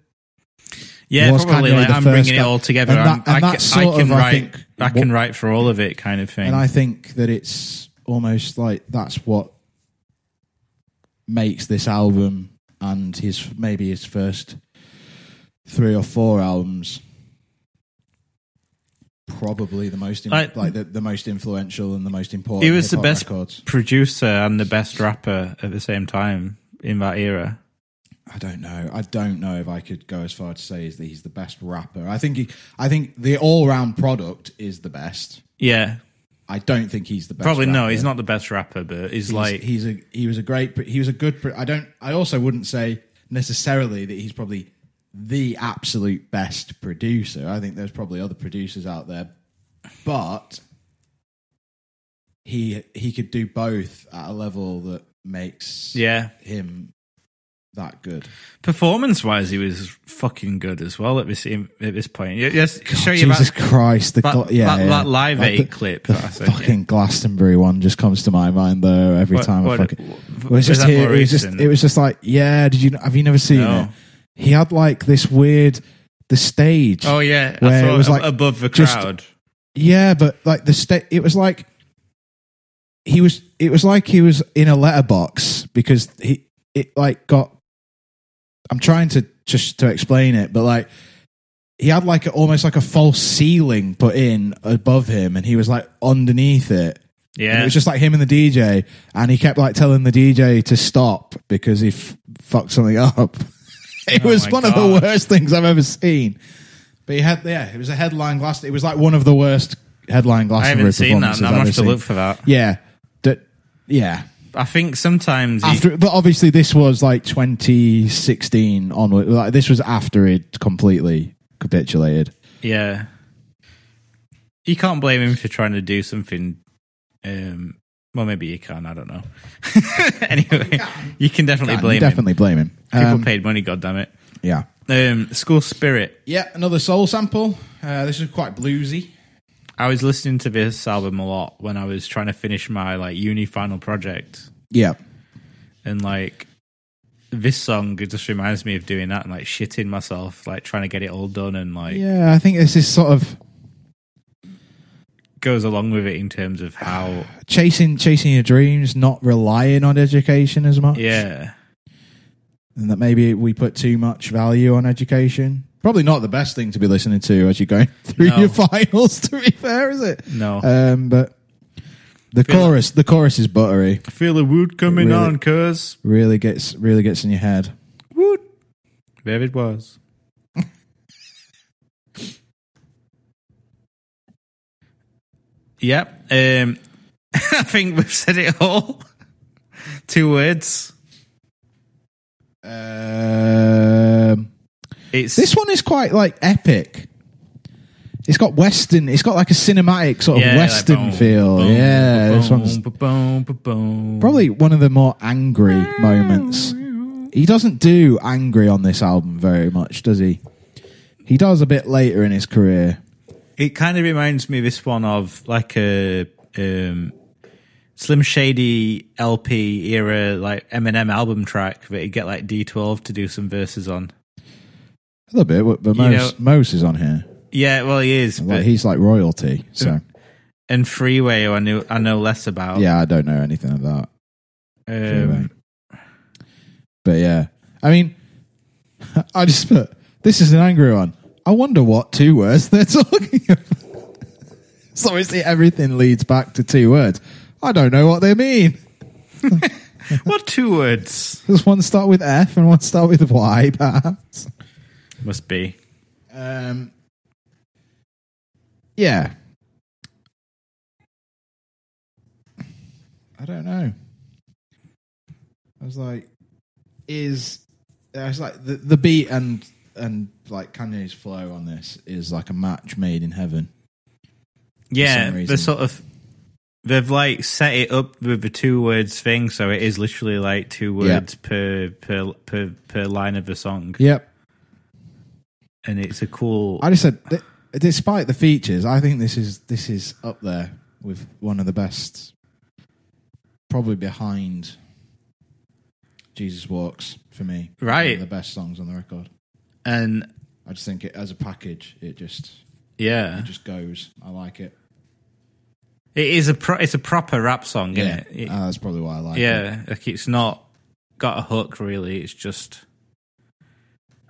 [SPEAKER 2] yeah.
[SPEAKER 1] was
[SPEAKER 2] Probably
[SPEAKER 1] Kanye
[SPEAKER 2] like
[SPEAKER 1] the
[SPEAKER 2] I'm
[SPEAKER 1] first
[SPEAKER 2] bringing it
[SPEAKER 1] guy-
[SPEAKER 2] all together.
[SPEAKER 1] and that-
[SPEAKER 2] I'm-
[SPEAKER 1] and
[SPEAKER 2] I,
[SPEAKER 1] that's
[SPEAKER 2] can, I
[SPEAKER 1] sort of,
[SPEAKER 2] can
[SPEAKER 1] I
[SPEAKER 2] write. I,
[SPEAKER 1] think,
[SPEAKER 2] can
[SPEAKER 1] what-
[SPEAKER 2] write for all of it, kind of thing.
[SPEAKER 1] And I think that it's almost like that's what makes this album and his maybe his first three or four albums probably the most in,
[SPEAKER 2] I-
[SPEAKER 1] like the, the most influential and the most important.
[SPEAKER 2] he was the
[SPEAKER 1] hip-hop
[SPEAKER 2] best
[SPEAKER 1] Records.
[SPEAKER 2] producer and the best rapper at the same time in that era.
[SPEAKER 1] I don't know. I don't know if I could go as far to say is that he's the best rapper. I think he, I think the all round product is the best.
[SPEAKER 2] Yeah,
[SPEAKER 1] I don't think he's the best.
[SPEAKER 2] probably no.
[SPEAKER 1] rapper.
[SPEAKER 2] He's not the best rapper, but he's,
[SPEAKER 1] he's,
[SPEAKER 2] like
[SPEAKER 1] he's a he was a great pr- he was a good pr- I don't I also wouldn't say necessarily that he's probably the absolute best producer. I think there's probably other producers out there, but he he could do both at a level that makes
[SPEAKER 2] yeah.
[SPEAKER 1] him that good.
[SPEAKER 2] Performance wise, he was fucking good as well at this at this point. Yes, show you
[SPEAKER 1] Jesus
[SPEAKER 2] that
[SPEAKER 1] Christ, the
[SPEAKER 2] that-
[SPEAKER 1] gla- yeah,
[SPEAKER 2] that-
[SPEAKER 1] yeah.
[SPEAKER 2] that Live
[SPEAKER 1] Like
[SPEAKER 2] Aid
[SPEAKER 1] the-
[SPEAKER 2] clip
[SPEAKER 1] the
[SPEAKER 2] that I said,
[SPEAKER 1] fucking Glastonbury one just comes to my mind though every
[SPEAKER 2] What-
[SPEAKER 1] time
[SPEAKER 2] what-
[SPEAKER 1] I fucking.
[SPEAKER 2] what-
[SPEAKER 1] It was
[SPEAKER 2] is
[SPEAKER 1] just
[SPEAKER 2] that
[SPEAKER 1] here-
[SPEAKER 2] more
[SPEAKER 1] it was just
[SPEAKER 2] recent?
[SPEAKER 1] it was just like yeah. Did you have you never seen
[SPEAKER 2] No.
[SPEAKER 1] it? He had like this weird the stage.
[SPEAKER 2] [laughs] Oh yeah,
[SPEAKER 1] where
[SPEAKER 2] I
[SPEAKER 1] it
[SPEAKER 2] thought
[SPEAKER 1] was
[SPEAKER 2] ab-
[SPEAKER 1] like
[SPEAKER 2] above the
[SPEAKER 1] just-
[SPEAKER 2] crowd.
[SPEAKER 1] Yeah, but like the sta- it was like he was it was like he was in a letterbox because he it like got I'm trying to just to explain it, but like he had like a, almost like a false ceiling put in above him and he was like underneath it. And
[SPEAKER 2] Yeah,
[SPEAKER 1] it was just like him and the DJ, and he kept like telling the DJ to stop because he f- fucked something up. [laughs] it
[SPEAKER 2] Oh
[SPEAKER 1] was
[SPEAKER 2] my
[SPEAKER 1] one
[SPEAKER 2] God.
[SPEAKER 1] of the worst things I've ever seen. But he had, yeah, it was a headline glass. It was like one of the worst headline glass.
[SPEAKER 2] I haven't seen that. I'm gonna have to look for that.
[SPEAKER 1] Yeah, D- yeah.
[SPEAKER 2] I think sometimes he-
[SPEAKER 1] After, but obviously this was like 2016 onward. Like this was after he'd completely capitulated.
[SPEAKER 2] yeah, you can't blame him for trying to do something. Um, well, maybe you can. I don't know. [laughs] anyway, you can definitely
[SPEAKER 1] You
[SPEAKER 2] blame him.
[SPEAKER 1] definitely blame him.
[SPEAKER 2] People
[SPEAKER 1] Um,
[SPEAKER 2] paid money. God damn it.
[SPEAKER 1] yeah,
[SPEAKER 2] Um, school spirit.
[SPEAKER 1] yeah. Another soul sample. Uh, this is quite bluesy.
[SPEAKER 2] I was listening to this album a lot when I was trying to finish my like uni final project,
[SPEAKER 1] Yeah.
[SPEAKER 2] and like this song it just reminds me of doing that and like shitting myself, like trying to get it all done and like
[SPEAKER 1] Yeah, I think this is sort of
[SPEAKER 2] goes along with it in terms of how
[SPEAKER 1] [sighs] chasing chasing your dreams, not relying on education as much.
[SPEAKER 2] yeah
[SPEAKER 1] and that maybe we put too much value on education. Probably not the best thing to be listening to as you're going [laughs] through
[SPEAKER 2] No.
[SPEAKER 1] your finals. [laughs] To be fair, is it?
[SPEAKER 2] No.
[SPEAKER 1] Um, but the
[SPEAKER 2] Feel-
[SPEAKER 1] chorus, the chorus is buttery.
[SPEAKER 2] I feel the wood coming
[SPEAKER 1] Really?
[SPEAKER 2] on, cuz.
[SPEAKER 1] Really gets, really gets in your head.
[SPEAKER 2] Wood. There it was. yep. Um, [laughs] I think we've said it all. Two words.
[SPEAKER 1] Um,
[SPEAKER 2] It's
[SPEAKER 1] this one is quite like epic. It's got western. It's got like a cinematic sort of
[SPEAKER 2] like
[SPEAKER 1] western
[SPEAKER 2] boom,
[SPEAKER 1] feel.
[SPEAKER 2] boom,
[SPEAKER 1] yeah,
[SPEAKER 2] boom,
[SPEAKER 1] this one's
[SPEAKER 2] boom, boom, boom.
[SPEAKER 1] probably one of the more angry moments. He doesn't do angry on this album very much, does he? He does a bit later in his career.
[SPEAKER 2] It kind of reminds me this one of like a um, Slim Shady LP era, like Eminem album track that you get like D12 to do some verses on.
[SPEAKER 1] A little bit, but- but
[SPEAKER 2] You
[SPEAKER 1] most most is on here.
[SPEAKER 2] Yeah, well, he is,
[SPEAKER 1] Like
[SPEAKER 2] but
[SPEAKER 1] he's like royalty. So
[SPEAKER 2] and Freeway, who I knew I know less about.
[SPEAKER 1] yeah, I don't know anything of that.
[SPEAKER 2] um,
[SPEAKER 1] But yeah, I mean, [laughs] I just put this is an angry one. I wonder what two words they're [laughs] talking about. so obviously everything leads back to two words. I don't know what they mean.
[SPEAKER 2] [laughs] what two words
[SPEAKER 1] Does one start with F and one start with Y? Perhaps.
[SPEAKER 2] must be?
[SPEAKER 1] Um, yeah. I don't know. I was like, is I was like the the beat and and like Kanye's flow on this is like a match made in heaven.
[SPEAKER 2] Yeah,
[SPEAKER 1] some
[SPEAKER 2] they
[SPEAKER 1] reason.
[SPEAKER 2] sort of they've like set it up with the two words thing, so it is literally like two
[SPEAKER 1] Yeah.
[SPEAKER 2] words per per per per line of a song,
[SPEAKER 1] Yep.
[SPEAKER 2] and it's a cool.
[SPEAKER 1] I just said, th- despite the features, I think this is this is up there with one of the best, probably behind Jesus Walks for me.
[SPEAKER 2] Right.
[SPEAKER 1] One of the best songs on the record.
[SPEAKER 2] and
[SPEAKER 1] I just think it as a package, it just
[SPEAKER 2] yeah,
[SPEAKER 1] it just goes. I like it.
[SPEAKER 2] it is a pro- it's a proper rap song,
[SPEAKER 1] Yeah,
[SPEAKER 2] isn't it?
[SPEAKER 1] Uh, that's probably why I like it.
[SPEAKER 2] yeah, like it's not got a hook really. It's just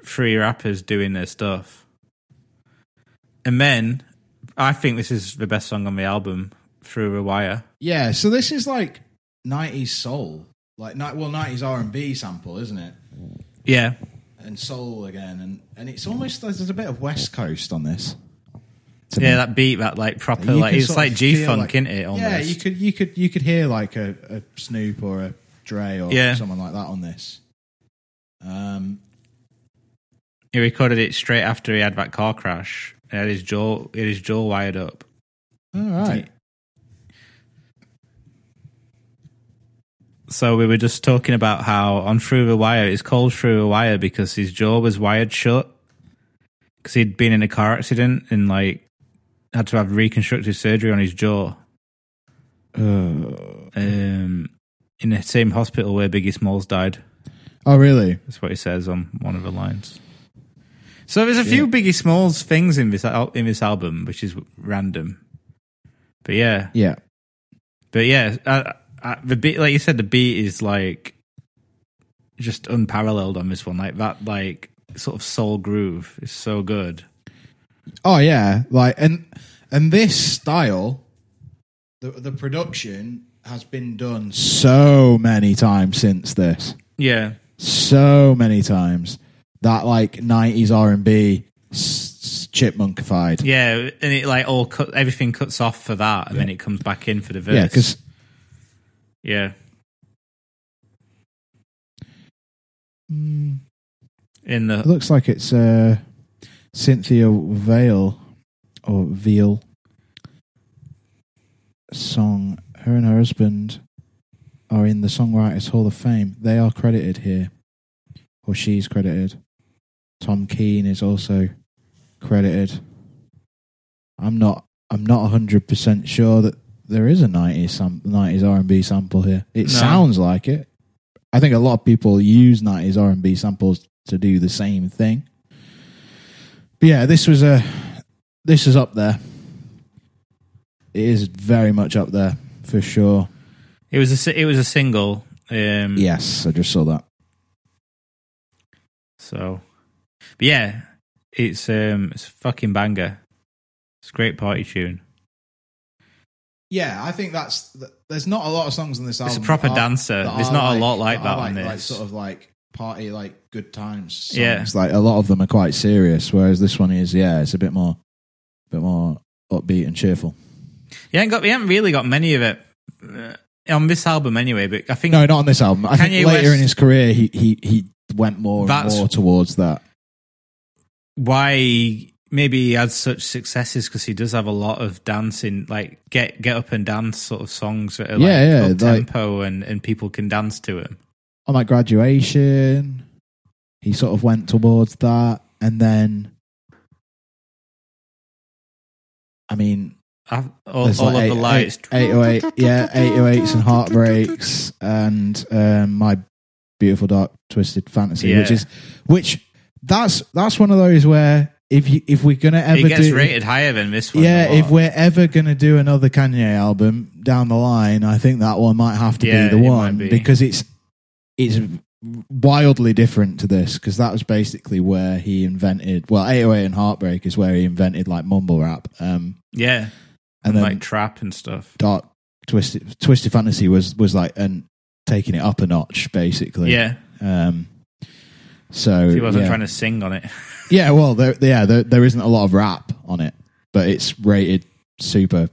[SPEAKER 2] three rappers doing their stuff. And then I think this is the best song on the album, Through a Wire.
[SPEAKER 1] Yeah, so this is like '90s soul, like ni- well '90s R and B sample, isn't it?
[SPEAKER 2] Yeah,
[SPEAKER 1] And soul again, and and it's almost there's a bit of West Coast on this. to me.
[SPEAKER 2] Yeah, that beat, that like proper,
[SPEAKER 1] You
[SPEAKER 2] like
[SPEAKER 1] can
[SPEAKER 2] it's
[SPEAKER 1] sort
[SPEAKER 2] like
[SPEAKER 1] of feel
[SPEAKER 2] G Funk,
[SPEAKER 1] like-
[SPEAKER 2] isn't it? Almost.
[SPEAKER 1] Yeah, you could you could you could hear like a, a Snoop or a Dre or
[SPEAKER 2] Yeah.
[SPEAKER 1] someone like that on this. Um,
[SPEAKER 2] He recorded it straight after he had that car crash. He had his jaw, he had his jaw wired up.
[SPEAKER 1] all
[SPEAKER 2] Hmm.
[SPEAKER 1] right.
[SPEAKER 2] So we were just talking about how on Through the Wire, it's called Through the Wire because his jaw was wired shut because he'd been in a car accident and like had to have reconstructive surgery on his jaw. Um, in the same hospital where Biggie Smalls died.
[SPEAKER 1] Oh really?
[SPEAKER 2] That's what he says on one of the lines. So there's a few Biggie Smalls things in this al- in this album, which is random. But yeah,
[SPEAKER 1] Yeah.
[SPEAKER 2] but yeah, I, I, the beat, like you said, the beat is like just unparalleled on this one. Like that, like sort of soul groove is so good.
[SPEAKER 1] Oh yeah. Like and and this style, the the production has been done so many times since this.
[SPEAKER 2] Yeah,
[SPEAKER 1] so many times that like 90s r&b s- s- chipmunkified
[SPEAKER 2] yeah, and it like all cut everything cuts off for that, and then it comes back in for the verse.
[SPEAKER 1] yeah because
[SPEAKER 2] yeah,
[SPEAKER 1] mm,
[SPEAKER 2] in
[SPEAKER 1] it
[SPEAKER 2] the
[SPEAKER 1] looks like it's uh cynthia vale or veal song her and her husband are in the songwriters hall of fame they are credited here or she's credited tom keane is also credited i'm not i'm not 100% sure that there is a 90s sam- 90s r&b sample here it
[SPEAKER 2] No.
[SPEAKER 1] sounds like it i think a lot of people use 90s r&b samples to do the same thing but yeah this was a this is up there it is very much up there for sure
[SPEAKER 2] it was a si- it was a single. Um,
[SPEAKER 1] yes i just saw that
[SPEAKER 2] So, but yeah, it's um, it's a fucking banger. It's a great party tune.
[SPEAKER 1] Yeah, I think that's. th- There's not a lot of songs on this
[SPEAKER 2] It's
[SPEAKER 1] album.
[SPEAKER 2] a proper
[SPEAKER 1] that are-
[SPEAKER 2] dancer.
[SPEAKER 1] Um, that
[SPEAKER 2] Uh, There's
[SPEAKER 1] are
[SPEAKER 2] not a lot like that
[SPEAKER 1] are
[SPEAKER 2] on
[SPEAKER 1] like, like
[SPEAKER 2] this.
[SPEAKER 1] sort of like party, like good times. Songs.
[SPEAKER 2] Yeah.
[SPEAKER 1] like a lot of them are quite serious, whereas this one is. Yeah, it's a bit more, bit more upbeat and cheerful.
[SPEAKER 2] You haven't got, you haven't really got many of it uh, on this album anyway. But I think
[SPEAKER 1] No, not on this album. I
[SPEAKER 2] Kanye
[SPEAKER 1] think later
[SPEAKER 2] West-
[SPEAKER 1] in his career, he he he went more and
[SPEAKER 2] That's-
[SPEAKER 1] more towards that.
[SPEAKER 2] why maybe he had such successes because he does have a lot of dancing, like get get up and dance sort of songs that are
[SPEAKER 1] Yeah, yeah,
[SPEAKER 2] like
[SPEAKER 1] like-
[SPEAKER 2] up tempo and and people can dance to him.
[SPEAKER 1] on like graduation, he sort of went towards that, and then, I mean,
[SPEAKER 2] I've- All,
[SPEAKER 1] there's
[SPEAKER 2] all
[SPEAKER 1] like
[SPEAKER 2] of the
[SPEAKER 1] eight-
[SPEAKER 2] lights.
[SPEAKER 1] eight- 808, yeah, 808s and heartbreaks, and um, my beautiful dark twisted fantasy, which
[SPEAKER 2] Yeah.
[SPEAKER 1] is which that's that's one of those where if you if we're gonna ever
[SPEAKER 2] It gets
[SPEAKER 1] do,
[SPEAKER 2] rated higher than this one.
[SPEAKER 1] yeah,
[SPEAKER 2] a lot.
[SPEAKER 1] if we're ever gonna do another Kanye album down the line, I think that one might have to
[SPEAKER 2] Yeah,
[SPEAKER 1] be the
[SPEAKER 2] it might
[SPEAKER 1] one
[SPEAKER 2] be.
[SPEAKER 1] because it's it's wildly different to this because that was basically where he invented well 808 and heartbreak is where he invented like mumble rap um
[SPEAKER 2] yeah,
[SPEAKER 1] and
[SPEAKER 2] and
[SPEAKER 1] then
[SPEAKER 2] like trap and stuff.
[SPEAKER 1] dark twisted twisted fantasy was was like and taking it up a notch basically
[SPEAKER 2] Yeah,
[SPEAKER 1] um so
[SPEAKER 2] he wasn't
[SPEAKER 1] yeah.
[SPEAKER 2] trying to sing on it.
[SPEAKER 1] yeah well there yeah there, there isn't a lot of rap on it but it's rated super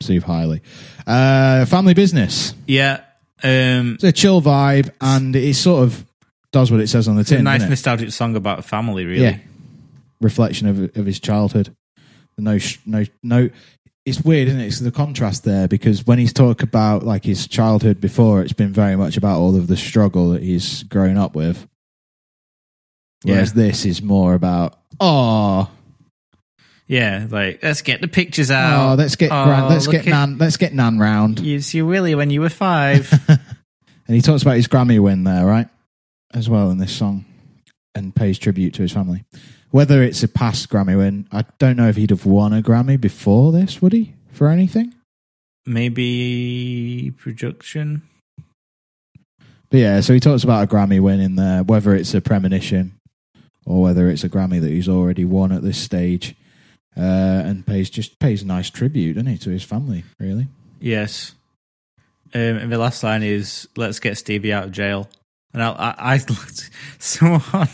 [SPEAKER 1] super highly uh family business
[SPEAKER 2] Yeah, um,
[SPEAKER 1] it's a chill vibe and it sort of does what it says on the tin
[SPEAKER 2] a nice
[SPEAKER 1] doesn't it?
[SPEAKER 2] nostalgic song about family, really.
[SPEAKER 1] Yeah. reflection of of his childhood. No, sh- no, no. It's weird, isn't it? It's the contrast there because when he's talk about like his childhood before, it's been very much about all of the struggle that he's grown up with. Whereas this is more about oh,
[SPEAKER 2] Yeah, like let's get the pictures out.
[SPEAKER 1] oh, let's get
[SPEAKER 2] Oh,
[SPEAKER 1] gran- let's
[SPEAKER 2] look
[SPEAKER 1] get
[SPEAKER 2] at-
[SPEAKER 1] nan, let's get nan round.
[SPEAKER 2] You see Willie when you were five. [laughs]
[SPEAKER 1] [laughs] And he talks about his Grammy win there, right? As well in this song and pays tribute to his family. Whether it's a past Grammy win, I don't know if he'd have won a Grammy before this, would he? For anything?
[SPEAKER 2] Maybe production.
[SPEAKER 1] But yeah, so he talks about a Grammy win in there, whether it's a premonition or whether it's a Grammy that he's already won at this stage. Uh, and pays just pays a nice tribute, doesn't he, to his family, really?
[SPEAKER 2] Yes. Um, and the last line is, "Let's get Stevie out of jail." And I, I, I looked [laughs] someone,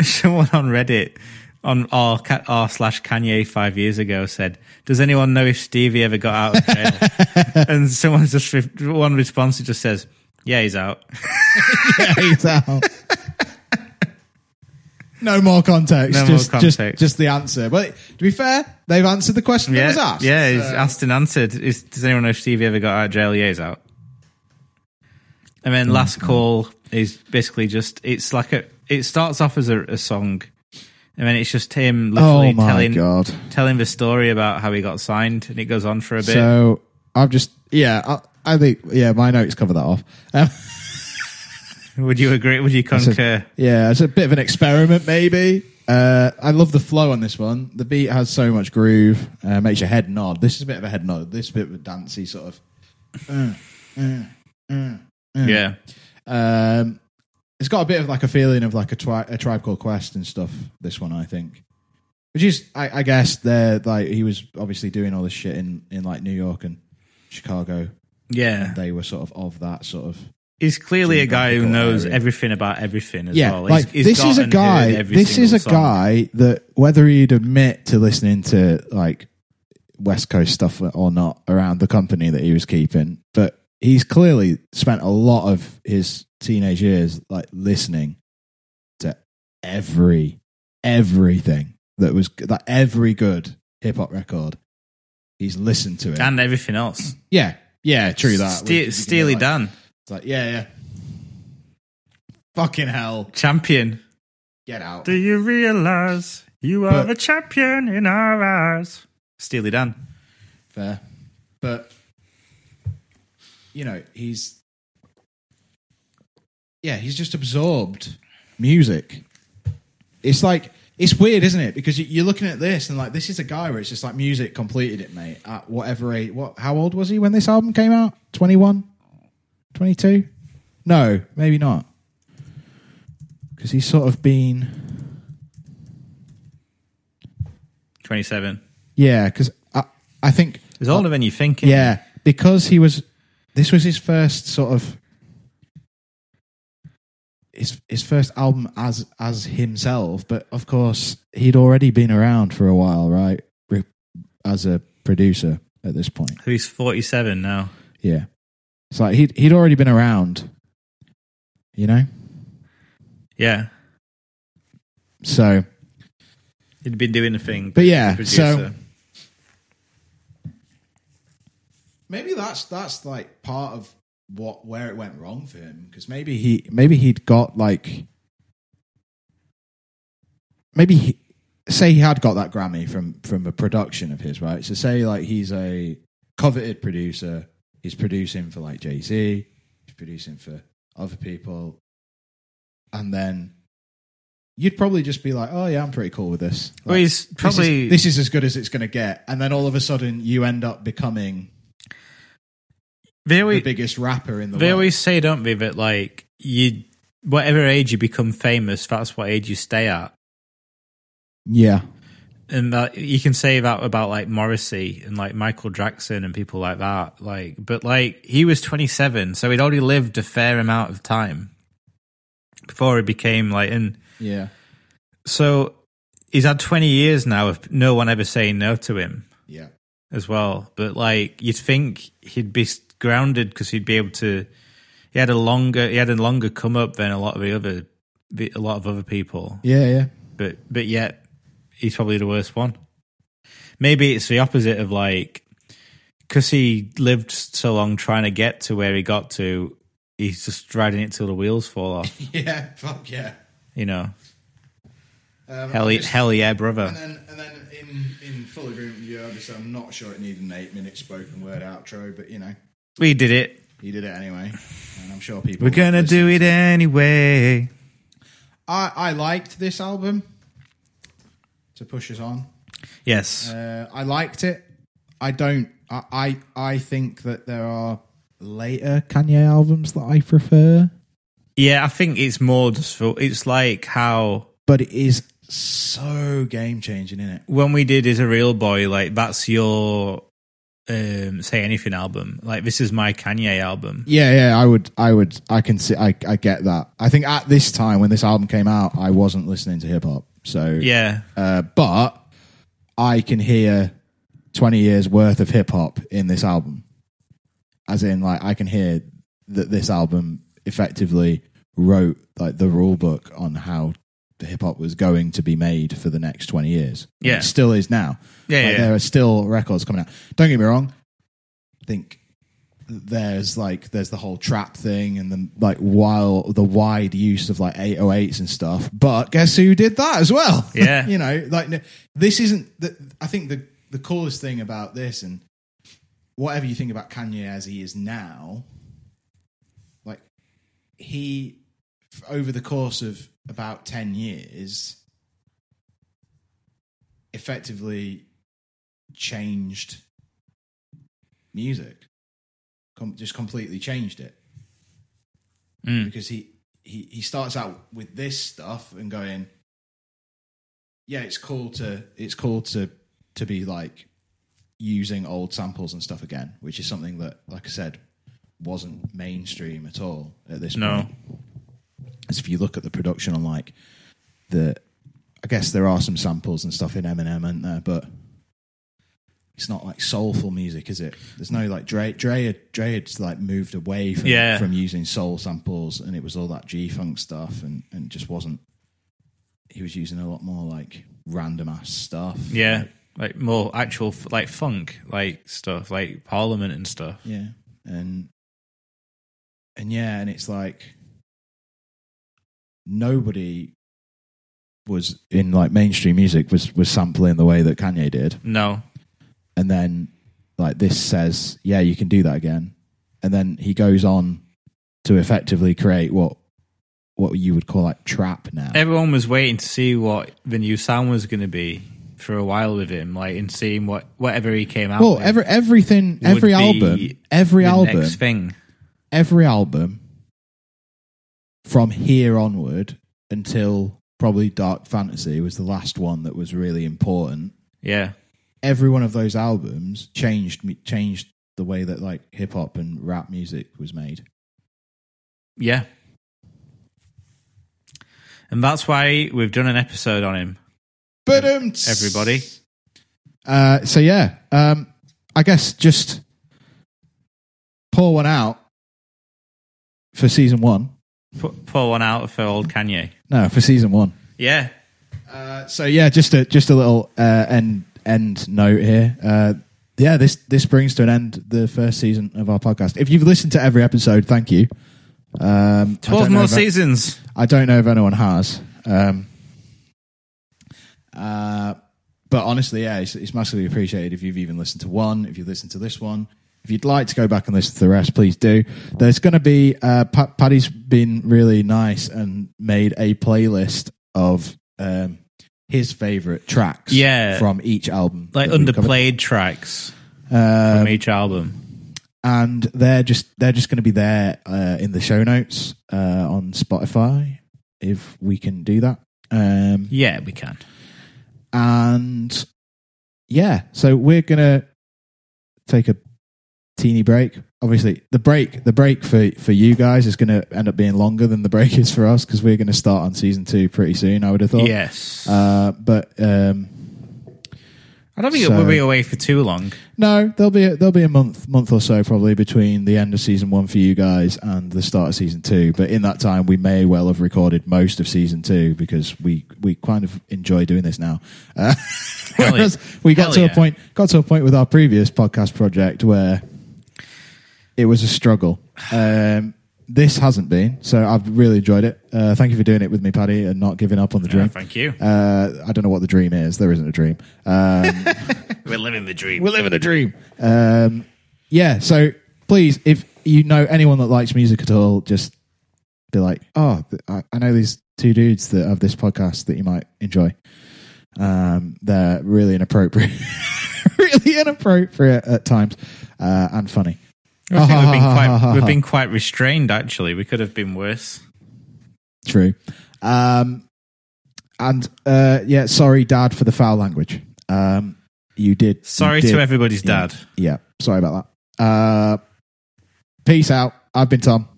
[SPEAKER 2] someone on Reddit, on r ca- r slash Kanye five years ago said, "Does anyone know if Stevie ever got out of jail?" and someone just re- one response it just says, "Yeah, he's out."
[SPEAKER 1] He's out. No more context.
[SPEAKER 2] No more
[SPEAKER 1] just, just-
[SPEAKER 2] context.
[SPEAKER 1] Just, the answer. But to be fair, they've answered the question that
[SPEAKER 2] Yeah,
[SPEAKER 1] was asked.
[SPEAKER 2] yeah, he's
[SPEAKER 1] So-
[SPEAKER 2] asked and answered. Is, does anyone know if Stevie ever got out of jail? Yeah, he's out. And
[SPEAKER 1] Mm,
[SPEAKER 2] then last call is basically just it's like a it starts off as a, a song, and then it's just him literally
[SPEAKER 1] oh my
[SPEAKER 2] telling
[SPEAKER 1] god.
[SPEAKER 2] telling the story about how he got signed, and it goes on for a bit.
[SPEAKER 1] So I've just yeah. I, I think yeah. My notes cover that off. Um, [laughs]
[SPEAKER 2] would you agree? Would you
[SPEAKER 1] so-
[SPEAKER 2] concur?
[SPEAKER 1] yeah, it's a bit of an experiment, maybe. Uh, I love the flow on this one. The beat has so much groove. Uh, makes your head nod. This is a bit of a head nod. This bit of a dancey sort of.
[SPEAKER 2] yeah,
[SPEAKER 1] Um, it's got a bit of like a feeling of like a, tri- a tribe called Quest and stuff. This one, I think, which is, I, I guess, they're like he was obviously doing all this shit in in like New York and Chicago.
[SPEAKER 2] yeah.
[SPEAKER 1] They were sort of of that sort of.
[SPEAKER 2] He's clearly a guy who
[SPEAKER 1] Geographical
[SPEAKER 2] knows
[SPEAKER 1] area.
[SPEAKER 2] everything about everything as well.
[SPEAKER 1] like
[SPEAKER 2] He's- he's
[SPEAKER 1] this
[SPEAKER 2] got
[SPEAKER 1] is a
[SPEAKER 2] and heard
[SPEAKER 1] guy.
[SPEAKER 2] every
[SPEAKER 1] This is
[SPEAKER 2] single
[SPEAKER 1] a
[SPEAKER 2] song.
[SPEAKER 1] guy that whether he'd admit to listening to like West Coast stuff or not around the company that he was keeping, but he's clearly spent a lot of his teenage years like listening to every everything that was that every good hip hop record. He's listened to it.
[SPEAKER 2] and everything else.
[SPEAKER 1] yeah, yeah, true that.
[SPEAKER 2] Ste-
[SPEAKER 1] We- we can
[SPEAKER 2] Steely
[SPEAKER 1] get, like-
[SPEAKER 2] Dan,
[SPEAKER 1] It's like yeah, yeah. Fucking hell,
[SPEAKER 2] champion.
[SPEAKER 1] get out.
[SPEAKER 2] Do you realize you are
[SPEAKER 1] But-
[SPEAKER 2] the champion in our eyes? Steely Dan.
[SPEAKER 1] Fair. But you know, he's yeah, he's just absorbed music. It's like it's weird, isn't it? Because you- you're looking at this and like this is a guy where it's just like music completed it, mate. At whatever age, what? How old was he when this album came out? 21? 22? No, maybe not. because he's sort of been.
[SPEAKER 2] 27.
[SPEAKER 1] Yeah, because I, I think
[SPEAKER 2] He's older than you think. isn't he?
[SPEAKER 1] yeah because he was this was his first sort of his his first album as as himself, but of course he'd already been around for a while, right? Re- As a producer at this point,
[SPEAKER 2] So he's 47 now.
[SPEAKER 1] yeah. It's like he'd he'd already been around, you know.
[SPEAKER 2] Yeah.
[SPEAKER 1] So
[SPEAKER 2] He'd been doing the thing.
[SPEAKER 1] But yeah,
[SPEAKER 2] Producer.
[SPEAKER 1] so-
[SPEAKER 3] Maybe that's that's like part of what where it went wrong for him because maybe he
[SPEAKER 1] he maybe he'd got like maybe he, say he had got that Grammy from from a production of his, right? So say like he's a coveted producer, he's producing for like Jay Z, he's producing for other people, and then you'd probably just be like, "Oh yeah, I'm pretty cool with this." Like,
[SPEAKER 2] Well, he's
[SPEAKER 1] this is-
[SPEAKER 2] probably-
[SPEAKER 1] this is, as good as it's going to get, and then all of a sudden you end up becoming
[SPEAKER 2] they
[SPEAKER 1] the
[SPEAKER 2] always,
[SPEAKER 1] biggest rapper in the
[SPEAKER 2] they
[SPEAKER 1] world.
[SPEAKER 2] always say, don't they, that like you, whatever age you become famous, that's what age you stay at.
[SPEAKER 1] yeah,
[SPEAKER 2] And that you can say that about like Morrissey and like Michael Jackson and people like that. Like, but like he was 27, so he'd already lived a fair amount of time before he became like, and
[SPEAKER 1] yeah,
[SPEAKER 2] so he's had 20 years now of no one ever saying no to him.
[SPEAKER 1] yeah.
[SPEAKER 2] as well. But like you'd think he'd be grounded because he'd be able to. He had a longer he had a longer come up than a lot of the other the- a lot of other people.
[SPEAKER 1] Yeah, yeah.
[SPEAKER 2] But but yet he's probably the worst one. Maybe it's the opposite of like because he lived so long trying to get to where he got to. He's just riding it till the wheels fall
[SPEAKER 3] [laughs]
[SPEAKER 2] off.
[SPEAKER 3] yeah fuck yeah
[SPEAKER 2] You know,
[SPEAKER 3] um,
[SPEAKER 2] hell,
[SPEAKER 3] I
[SPEAKER 2] ye-
[SPEAKER 3] just-
[SPEAKER 2] hell yeah, brother.
[SPEAKER 3] and then and then in in full agreement with you obviously I'm not sure it needed an eight minute spoken word outro but you know
[SPEAKER 2] We did it.
[SPEAKER 3] he did it anyway and I'm sure people
[SPEAKER 2] We're gonna do it anyway.
[SPEAKER 3] I I liked this album to push us on
[SPEAKER 2] Yes.
[SPEAKER 3] Uh, I liked it. I don't. I, I I think that there are
[SPEAKER 1] later Kanye albums that I prefer,
[SPEAKER 2] Yeah, I think it's more just for it's like how
[SPEAKER 1] but it is
[SPEAKER 3] so game changing in it.
[SPEAKER 2] when we did is a real boy, like that's your um say anything album. Like this is my Kanye album.
[SPEAKER 1] yeah, yeah. I would, I would, I can see, I, I get that. I think at this time when this album came out, I wasn't listening to hip hop, so
[SPEAKER 2] Yeah.
[SPEAKER 1] Uh, but I can hear twenty years worth of hip hop in this album, as in like I can hear that this album effectively wrote like the rule book on how the hip hop was going to be made for the next twenty years. And
[SPEAKER 2] Yeah.
[SPEAKER 1] it still is now.
[SPEAKER 2] Yeah,
[SPEAKER 1] Like,
[SPEAKER 2] yeah.
[SPEAKER 1] there are still records coming out. Don't get me wrong. I think there's like there's the whole trap thing and the like while the wide use of like 808s and stuff. But guess who did that as well? [laughs]
[SPEAKER 2] Yeah.
[SPEAKER 1] you know, like n- this isn't. The, I think the the coolest thing about this and whatever you think about Kanye as he is now, like he f- over the course of about 10 years effectively changed music Com- just completely changed it
[SPEAKER 2] Mm.
[SPEAKER 1] because he, he he starts out with this stuff and going yeah it's cool to it's cool to to be like using old samples and stuff again which is something that like i said wasn't mainstream at all at this
[SPEAKER 2] No.
[SPEAKER 1] point as if you look at the production on like the I guess there are some samples and stuff in Eminem, aren't there? But it's not like soulful music, is it? There's no like Dre Dre had, Dre had like moved away from
[SPEAKER 2] Yeah.
[SPEAKER 1] from using soul samples and it was all that G funk stuff and, and just wasn't he was using a lot more like random ass stuff.
[SPEAKER 2] Yeah. Like more actual f- like funk like stuff, like Parliament and stuff.
[SPEAKER 1] Yeah. And and yeah, and it's like nobody was in like mainstream music was was sampling the way that Kanye did.
[SPEAKER 2] No.
[SPEAKER 1] And then like this says, yeah, you can do that again. And then he goes on to effectively create what what you would call like trap now.
[SPEAKER 2] Everyone was waiting to see what the new sound was gonna be for a while with him, like and seeing what whatever he came out
[SPEAKER 1] well,
[SPEAKER 2] with
[SPEAKER 1] every everything
[SPEAKER 2] would
[SPEAKER 1] every
[SPEAKER 2] be
[SPEAKER 1] album every
[SPEAKER 2] the
[SPEAKER 1] album
[SPEAKER 2] next thing.
[SPEAKER 1] every album from here onward until probably Dark Fantasy was the last one that was really important.
[SPEAKER 2] Yeah.
[SPEAKER 1] Every one of those albums changed me- changed the way that like hip hop and rap music was made.
[SPEAKER 2] Yeah. And that's why we've done an episode on him.
[SPEAKER 1] But um,
[SPEAKER 2] Everybody.
[SPEAKER 1] Uh, so yeah, um, I guess just pour one out for season one.
[SPEAKER 2] Put, pour one out for old Kanye.
[SPEAKER 1] No, for season one.
[SPEAKER 2] Yeah.
[SPEAKER 1] Uh, so yeah, just a just a little uh, end end note here. Uh, yeah, this this brings to an end the first season of our podcast. If you've listened to every episode, thank you. Um, I
[SPEAKER 2] 12
[SPEAKER 1] don't know
[SPEAKER 2] more
[SPEAKER 1] if I-
[SPEAKER 2] seasons.
[SPEAKER 1] I don't know if anyone has. Um, uh, but honestly, yeah, it's, it's massively appreciated if you've even listened to one, if you've listened to this one. If you'd like to go back and listen to the rest, please do. There's going to be, uh, pa- Paddy's been really nice and made a playlist of um, his favorite tracks
[SPEAKER 2] Yeah.
[SPEAKER 1] from each album.
[SPEAKER 2] Like
[SPEAKER 1] that we've covered.
[SPEAKER 2] underplayed tracks
[SPEAKER 1] Uh,
[SPEAKER 2] from each album.
[SPEAKER 1] and they're just they're just going to be there uh, in the show notes uh, on Spotify if we can do that. Um,
[SPEAKER 2] Yeah, we can.
[SPEAKER 1] and yeah, so we're gonna take a teeny break. Obviously, the break the break for for you guys is going to end up being longer than the break is for us because we're going to start on season two pretty soon. I would have thought.
[SPEAKER 2] Yes.
[SPEAKER 1] Uh, but um,
[SPEAKER 2] I don't think
[SPEAKER 1] so-
[SPEAKER 2] it will be away for too
[SPEAKER 1] [laughs]
[SPEAKER 2] long.
[SPEAKER 1] No, there'll be a, there'll be a month month or so probably between the end of season one for you guys and the start of season two. But in that time, we may well have recorded most of season two because we we kind of enjoy doing this now. Uh,
[SPEAKER 2] Hell
[SPEAKER 1] whereas
[SPEAKER 2] yeah.
[SPEAKER 1] [laughs] we got
[SPEAKER 2] Hell
[SPEAKER 1] to a
[SPEAKER 2] yeah.
[SPEAKER 1] point got to a point with our previous podcast project where it was a struggle. Um, this hasn't been, so I've really enjoyed it. Uh, thank you for doing it with me, Paddy, and not giving up on the dream.
[SPEAKER 2] Thank you.
[SPEAKER 1] uh, I don't know what the dream is. There isn't a dream.
[SPEAKER 2] We're living the dream.
[SPEAKER 1] We're [laughs] living a dream. Um, yeah. So please, if you know anyone that likes music at all, just be like, oh, th- I, I know these two dudes that have this podcast that you might enjoy. Um, they're really inappropriate, [laughs] really inappropriate at times, uh, and funny.
[SPEAKER 2] I think we've
[SPEAKER 1] [laughs]
[SPEAKER 2] been quite we've been quite restrained actually. We could have been worse.
[SPEAKER 1] True. Um, and uh, yeah, sorry, Dad, for the foul language. Um, you did. you
[SPEAKER 2] Sorry
[SPEAKER 1] did-
[SPEAKER 2] to everybody's
[SPEAKER 1] Yeah.
[SPEAKER 2] dad.
[SPEAKER 1] Yeah, sorry about that. Uh, peace out. I've been Tom,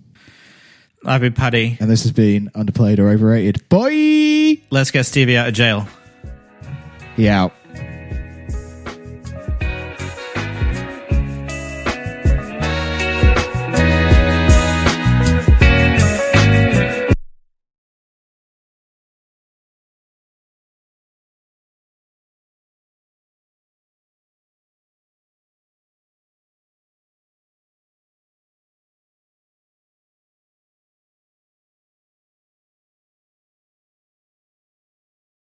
[SPEAKER 2] I've been Paddy.
[SPEAKER 1] and this has been Underplayed or Overrated. Bye.
[SPEAKER 2] Let's get Stevie out of jail.
[SPEAKER 1] He out.